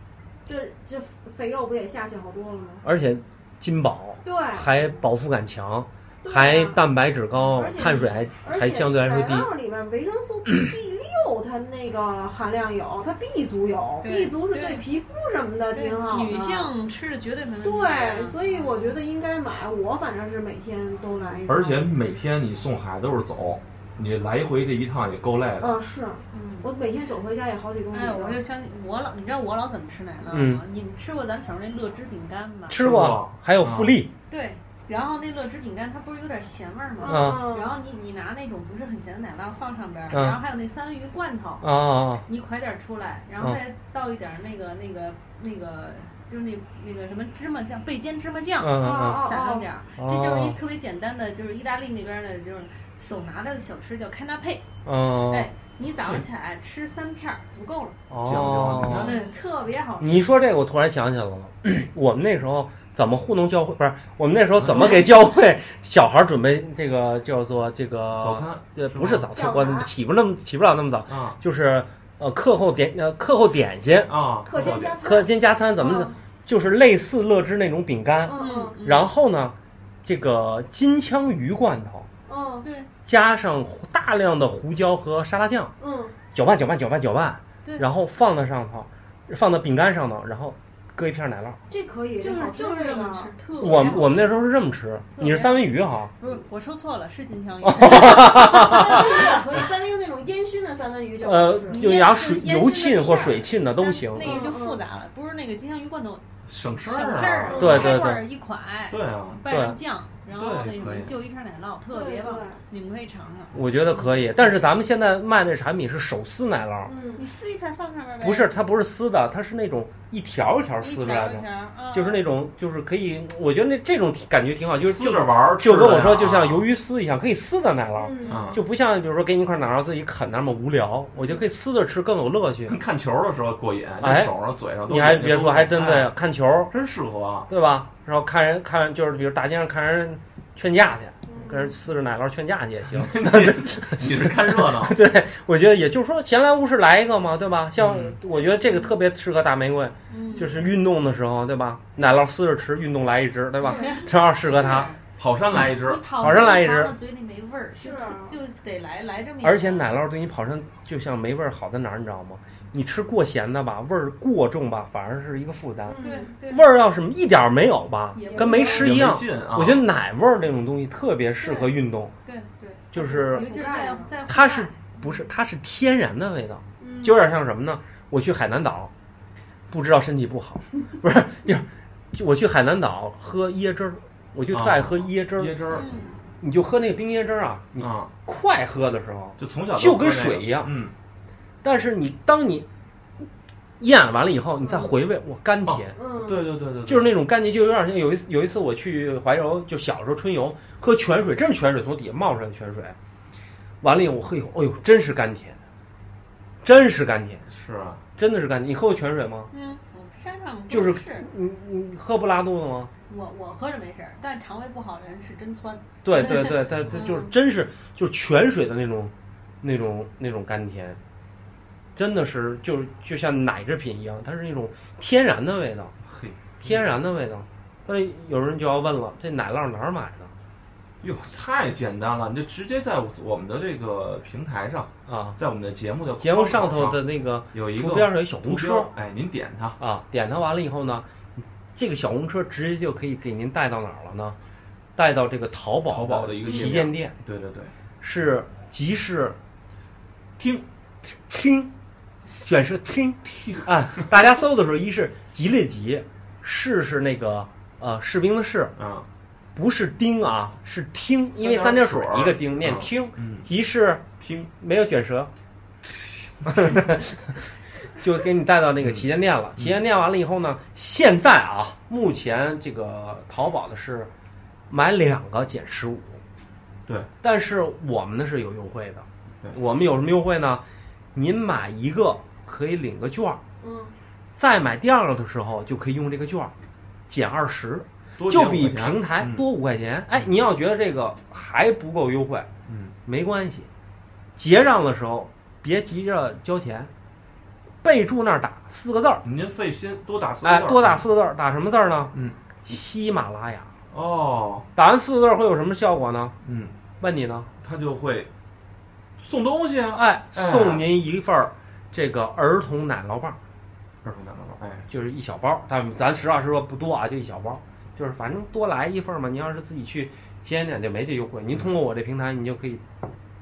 这这肥肉不也下去好多了吗？
而且筋饱，
对，
还饱腹感强，
对啊
还蛋白质高
而，且
碳水还
而
还
且
相对来说
奶
低。
酪里面维生素 B 六，它那个含量有，它 B 族有
对
，B 族是对
对
皮肤什么的挺好的。
女性吃的绝对没问题。啊
对，所以我觉得应该买。我反正是每天都来一包。
而且每天你送孩子都是走，你来回这一趟也够累了。
嗯，是
嗯，
我每天走回家也好几公里
哎，我就
了。
相信我老，你知道我老怎么吃奶酪吗？
嗯
你们吃过咱们小时候那乐之饼干吗？
吃
吃
过
过，
还有富力，
对，然后那乐之饼干它不是有点咸味儿
嗯
吗？
啊
然后你你拿那种不是很咸的奶酪放上边儿，
嗯
然后还有那三文鱼罐头，
啊
你快点儿出来，然
嗯
后再倒一点儿那个那个那个就是那那个什么芝麻酱，焙煎芝麻
嗯
酱，
嗯
哦
撒上点儿，
哦
啊这就是一特别简单的，就是意大利那边的，就是手拿的小吃叫开纳佩，
嗯
哎，你早上起来吃三片儿足够了，
哦。
嗯，特别好吃。
你说这个，我突然想起来了， 我们那时候怎么糊弄教会？不是，我们那时候怎么给教会小孩准备这个叫做这
哦
个
早？餐
呃，不是早餐，
饺
我
子
起不那么起不了那么早，
啊
就是呃课后点呃课后点心，
嗯
啊，
课间加餐，
课间加餐怎么、
嗯
就是类似乐之那种饼干，
嗯嗯
然后呢，这个金枪鱼罐头
嗯
对
加上大量的胡椒和沙拉酱，
嗯，
搅拌搅拌搅拌搅拌，
对，
然后放在上头，放到饼干上头，然后搁一片奶酪。
这可以，
就是就是这么
么
吃，特别
我
好
我们那时候是这么吃，你是三文鱼哈，
不是我说错了，是金
哦
枪鱼。
三文鱼也可以，三文鱼那种烟熏的三文鱼就好
呃
吃，
有
腌
牙
制
水
腌
油
制的
浸或
片儿
水浸的都行。
那
嗯
个就复杂了，不是那个金枪鱼罐头
省事
省
儿
事儿
啊，，
对对
开罐儿一块，
对啊，
拌上酱，然后那
对
什
可
么
以
就一片奶酪，特别棒
对对，
你们可以尝尝。
我觉得可以，但是咱们现在卖那产品是手撕奶酪，
嗯，
你撕一片放上面呗，
不是它不是撕的，它是那种一条一条
一
撕出
条
来
一条
的，
啊
就是那种就是可以，我觉得那这种感觉挺好，就是
撕
就
着玩儿，
就跟我说，
吃
就
着呀
像鱿鱼丝一样，可以撕的奶酪，
嗯
啊，
就不像比如说给你一块奶酪自己啃那么无聊，我就可以撕着吃更有乐趣。
跟看球的时候过瘾，
哎
手上、嘴上都
你还别说，还真的
哎
看球，
真适合 啊。
对吧？然后看人看就是比如大街上看人劝架去，
嗯
跟人撕着奶酪劝架去也行。
你是看热闹，
对，我觉得也就是说闲来无事来一个嘛，对吧？像
嗯
我觉得这个特别适合大玫瑰，
嗯
就是运动的时候，对吧？奶酪撕着吃，运动来一只，对吧？正好适合它。
跑山来一
是
只
你，跑
跑上来一只
长了嘴里没味儿，就是
啊
就得来来这么一口。
而且奶酪对你跑上就像没味儿好在哪儿，你知道吗？你吃过咸的吧，味儿过重吧，反而是一个负担。
嗯
对对
味儿要是一点儿没有吧
也，不
跟没 吃一样
也没。劲啊
我觉得奶味儿这种东西特别适合运动，
对对，
就是
尤其是在在
它是不是它是天然的味道，
嗯
就有点像什么呢？我去海南岛，不知道身体不好，不是，就是就我去海南岛喝椰汁儿，我就特爱喝椰汁儿，
椰汁儿
嗯
你就喝那个冰椰汁儿啊，你
啊，
快喝的时候，
就从小
就跟
喝那个
水一样
嗯，
但是你当你咽完了以后，你再回味，哇，甘甜。
嗯，
对对对对，
就是那种感觉，就有点像有一次有一次我去怀柔，就小时候春游喝泉水，真是泉水从底下冒出来的泉水，完了以后我喝一口，哎呦，真是甘甜，真是甘甜，
是啊，
真的是甘甜。你喝过泉水吗？
嗯，我山上
就是
是
你你喝不拉肚子吗？
我我喝着没事儿，但肠胃不好的人是真窜。
对对对，它它就是真是就是泉水的那种那种那种甘甜，真的是就是就像奶制品一样，它是那种天然的味道，
嘿，
天然的味道。但是有人就要问了，这奶酪哪儿买的
哟，太简单了，你就直接在我们的这个平台上，
啊？
在我们的节目的
节目上头的那个
有一个
图标上有小红
图
车
标哎，您点它，
啊，点它完了以后呢，这个小红车直接就可以给您带到哪儿了呢？带到这个淘宝
淘宝的一个
旗
页
舰
面
店，
对对对，
是集市
听
厅，卷是厅厅啊。大家搜的时候，一是吉列吉，士是那个呃士兵的士，
啊，
不是丁啊，是听，因为
三
三
点
点
水
水
儿
一个丁，念
嗯
听
嗯。
集市
听
没有卷舌， 就给你带到那
嗯
个旗舰店了。旗舰店完了以后呢，现在啊，目前这个淘宝的是买两个减十五，
对，
但是我们呢是有优惠
对
的。我们有什么优惠呢？您买一个可以领个券儿，
嗯，
再买第二个的时候就可以用这个券儿减二十，
多
就
点
比
五块钱
平台
嗯
多五块钱。哎，您要觉得这个还不够优惠，
嗯，
没关系，结账的时候别急着交钱，备注那儿打四个字儿，
您费心多打四个
哎
字，儿
多打四个字儿，打什么字儿呢？
嗯，
喜马拉雅。
哦，
打完四个字儿会有什么效果呢？
嗯，
问你呢？
他就会送东西啊，
哎，
哎
送您一份儿这个儿童奶酪棒，
二十蛋糕，哎，
就是一小包，但咱实话实说不多啊，就一小包，就是反正多来一份儿嘛。您要是自己去旗舰店就没这优惠，您通过我这平台，你就可以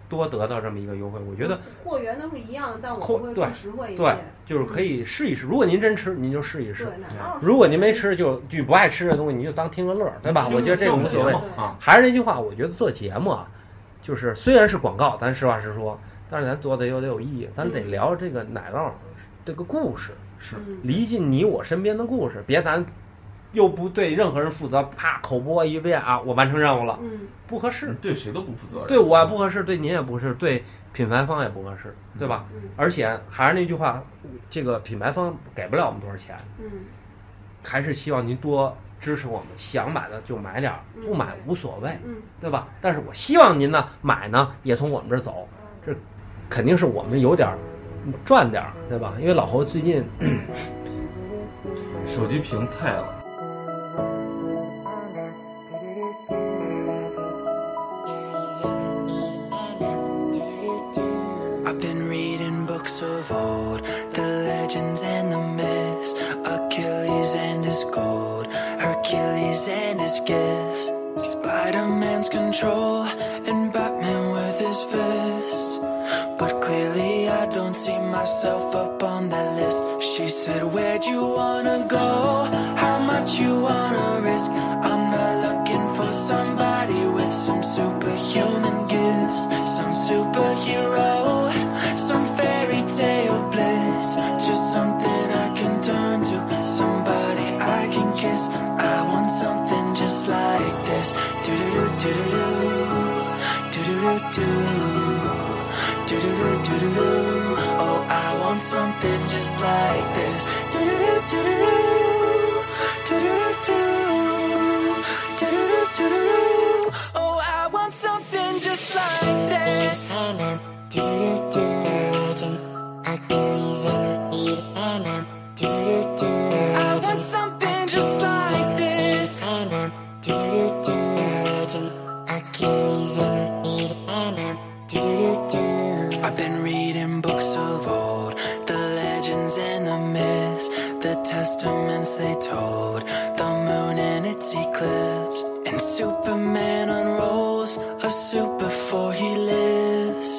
多得到这么一个优惠。我觉得
货源嗯都是一样的，但我
货
会
对
更实惠一
对
些。，
就是可以试一试。如果您真吃，您就试一试
对，；奶酪是
嗯如果您没吃，就就不爱吃的东西，您就当听个乐儿，对吧？
听
我觉得这个
听
无所
节
谓
目。啊，
还是那句话，我觉得做节目啊，就是虽然是广告，咱实话实说，但是咱做的又得有意义，咱得
嗯
聊这个奶酪这个故事，
是
嗯
离近你我身边的故事，别咱又不对任何人负责，啪口播一遍啊，我完成任务了，
嗯，
不合适，
对谁都不负责任，
对我啊也不合适，对您也不合适，对品牌方也不合适，对吧？
嗯
而且还是那句话，这个品牌方给不了我们多少钱，
嗯
还是希望您多支持我们，想买的就买点儿，
嗯
不买无所谓。
嗯
对吧？但是我希望您呢买呢也从我们这儿走，
嗯
这肯定是我们有点儿嗯赚点儿，对吧？因为老侯最近
手机屏菜了。
I've been reading books of old, the legends and the myths, Achilles and his gold, Hercules and his gifts, Spider Man's control, and Batman with his fists. But clearly, I don't see myself up on that list. She said, Where'd you wanna go? How much you wanna risk? I'm not looking for somebody with some superhuman gifts, some superhero, some fairy tale bliss. Just something I can turn to, somebody I can kiss. I want something just like this. Do do do do do do do do. Do-do-do-do-do-do. Oh, I want something just like this. Do-do-do-do-do. Do-do-do-do. Do-do-do-do-do. Oh, I want something just like this.
Hannah, doo doo legend. Achilles and Eve, Hannah, doo doo doo
I want
legend.
something just like this.
Hannah, doo doo doo legend. Achilles and Eve, Hannah, doo doo doo.
I've been reading books of old, the legends and the myths, the testaments they told, the moon and its eclipse. And Superman unrolls a suit before he lives.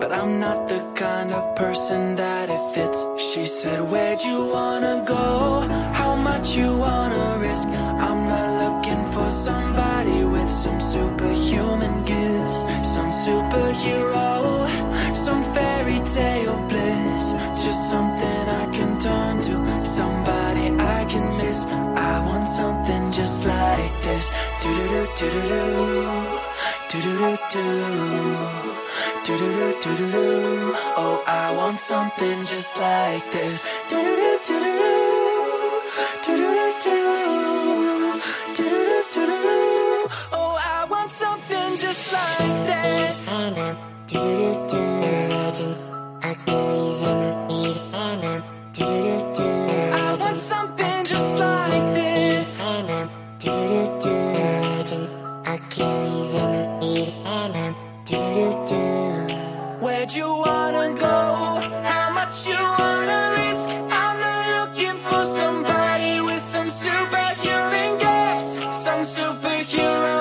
But I'm not the kind of person that it fits. She said, Where'd you wanna go? How much you wanna risk? I'm not looking for somebody with some superhuman gifts, some superhero, some fairy tale bliss. Just something I can turn to, somebody I can miss. I want something just like this. Do do do do do do do do do. Do do do do do do. Oh, I want something just like this. Do do do do do do do do do do do do do. Oh, I want something just like this.
Hannah, doo doo doo legend. Achilles and Eve, Hannah, doo doo doo
I want
legend.
something just like this.
Hannah, doo doo doo legend. Achilles and Eve, Hannah, doo doo doo.
Where'd you wanna go? How much you wanna risk? I'm not looking for somebody with some superhuman gifts, some superhero,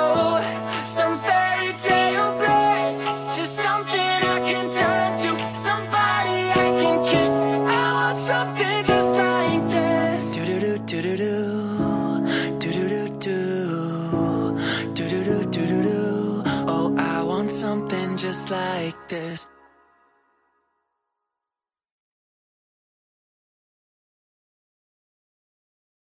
some fairy tale bliss. Just something I can turn to, somebody I can kiss. Oh, I want something just like this. Do do do do do do do do do do do do do do do. Oh, I want something just like this.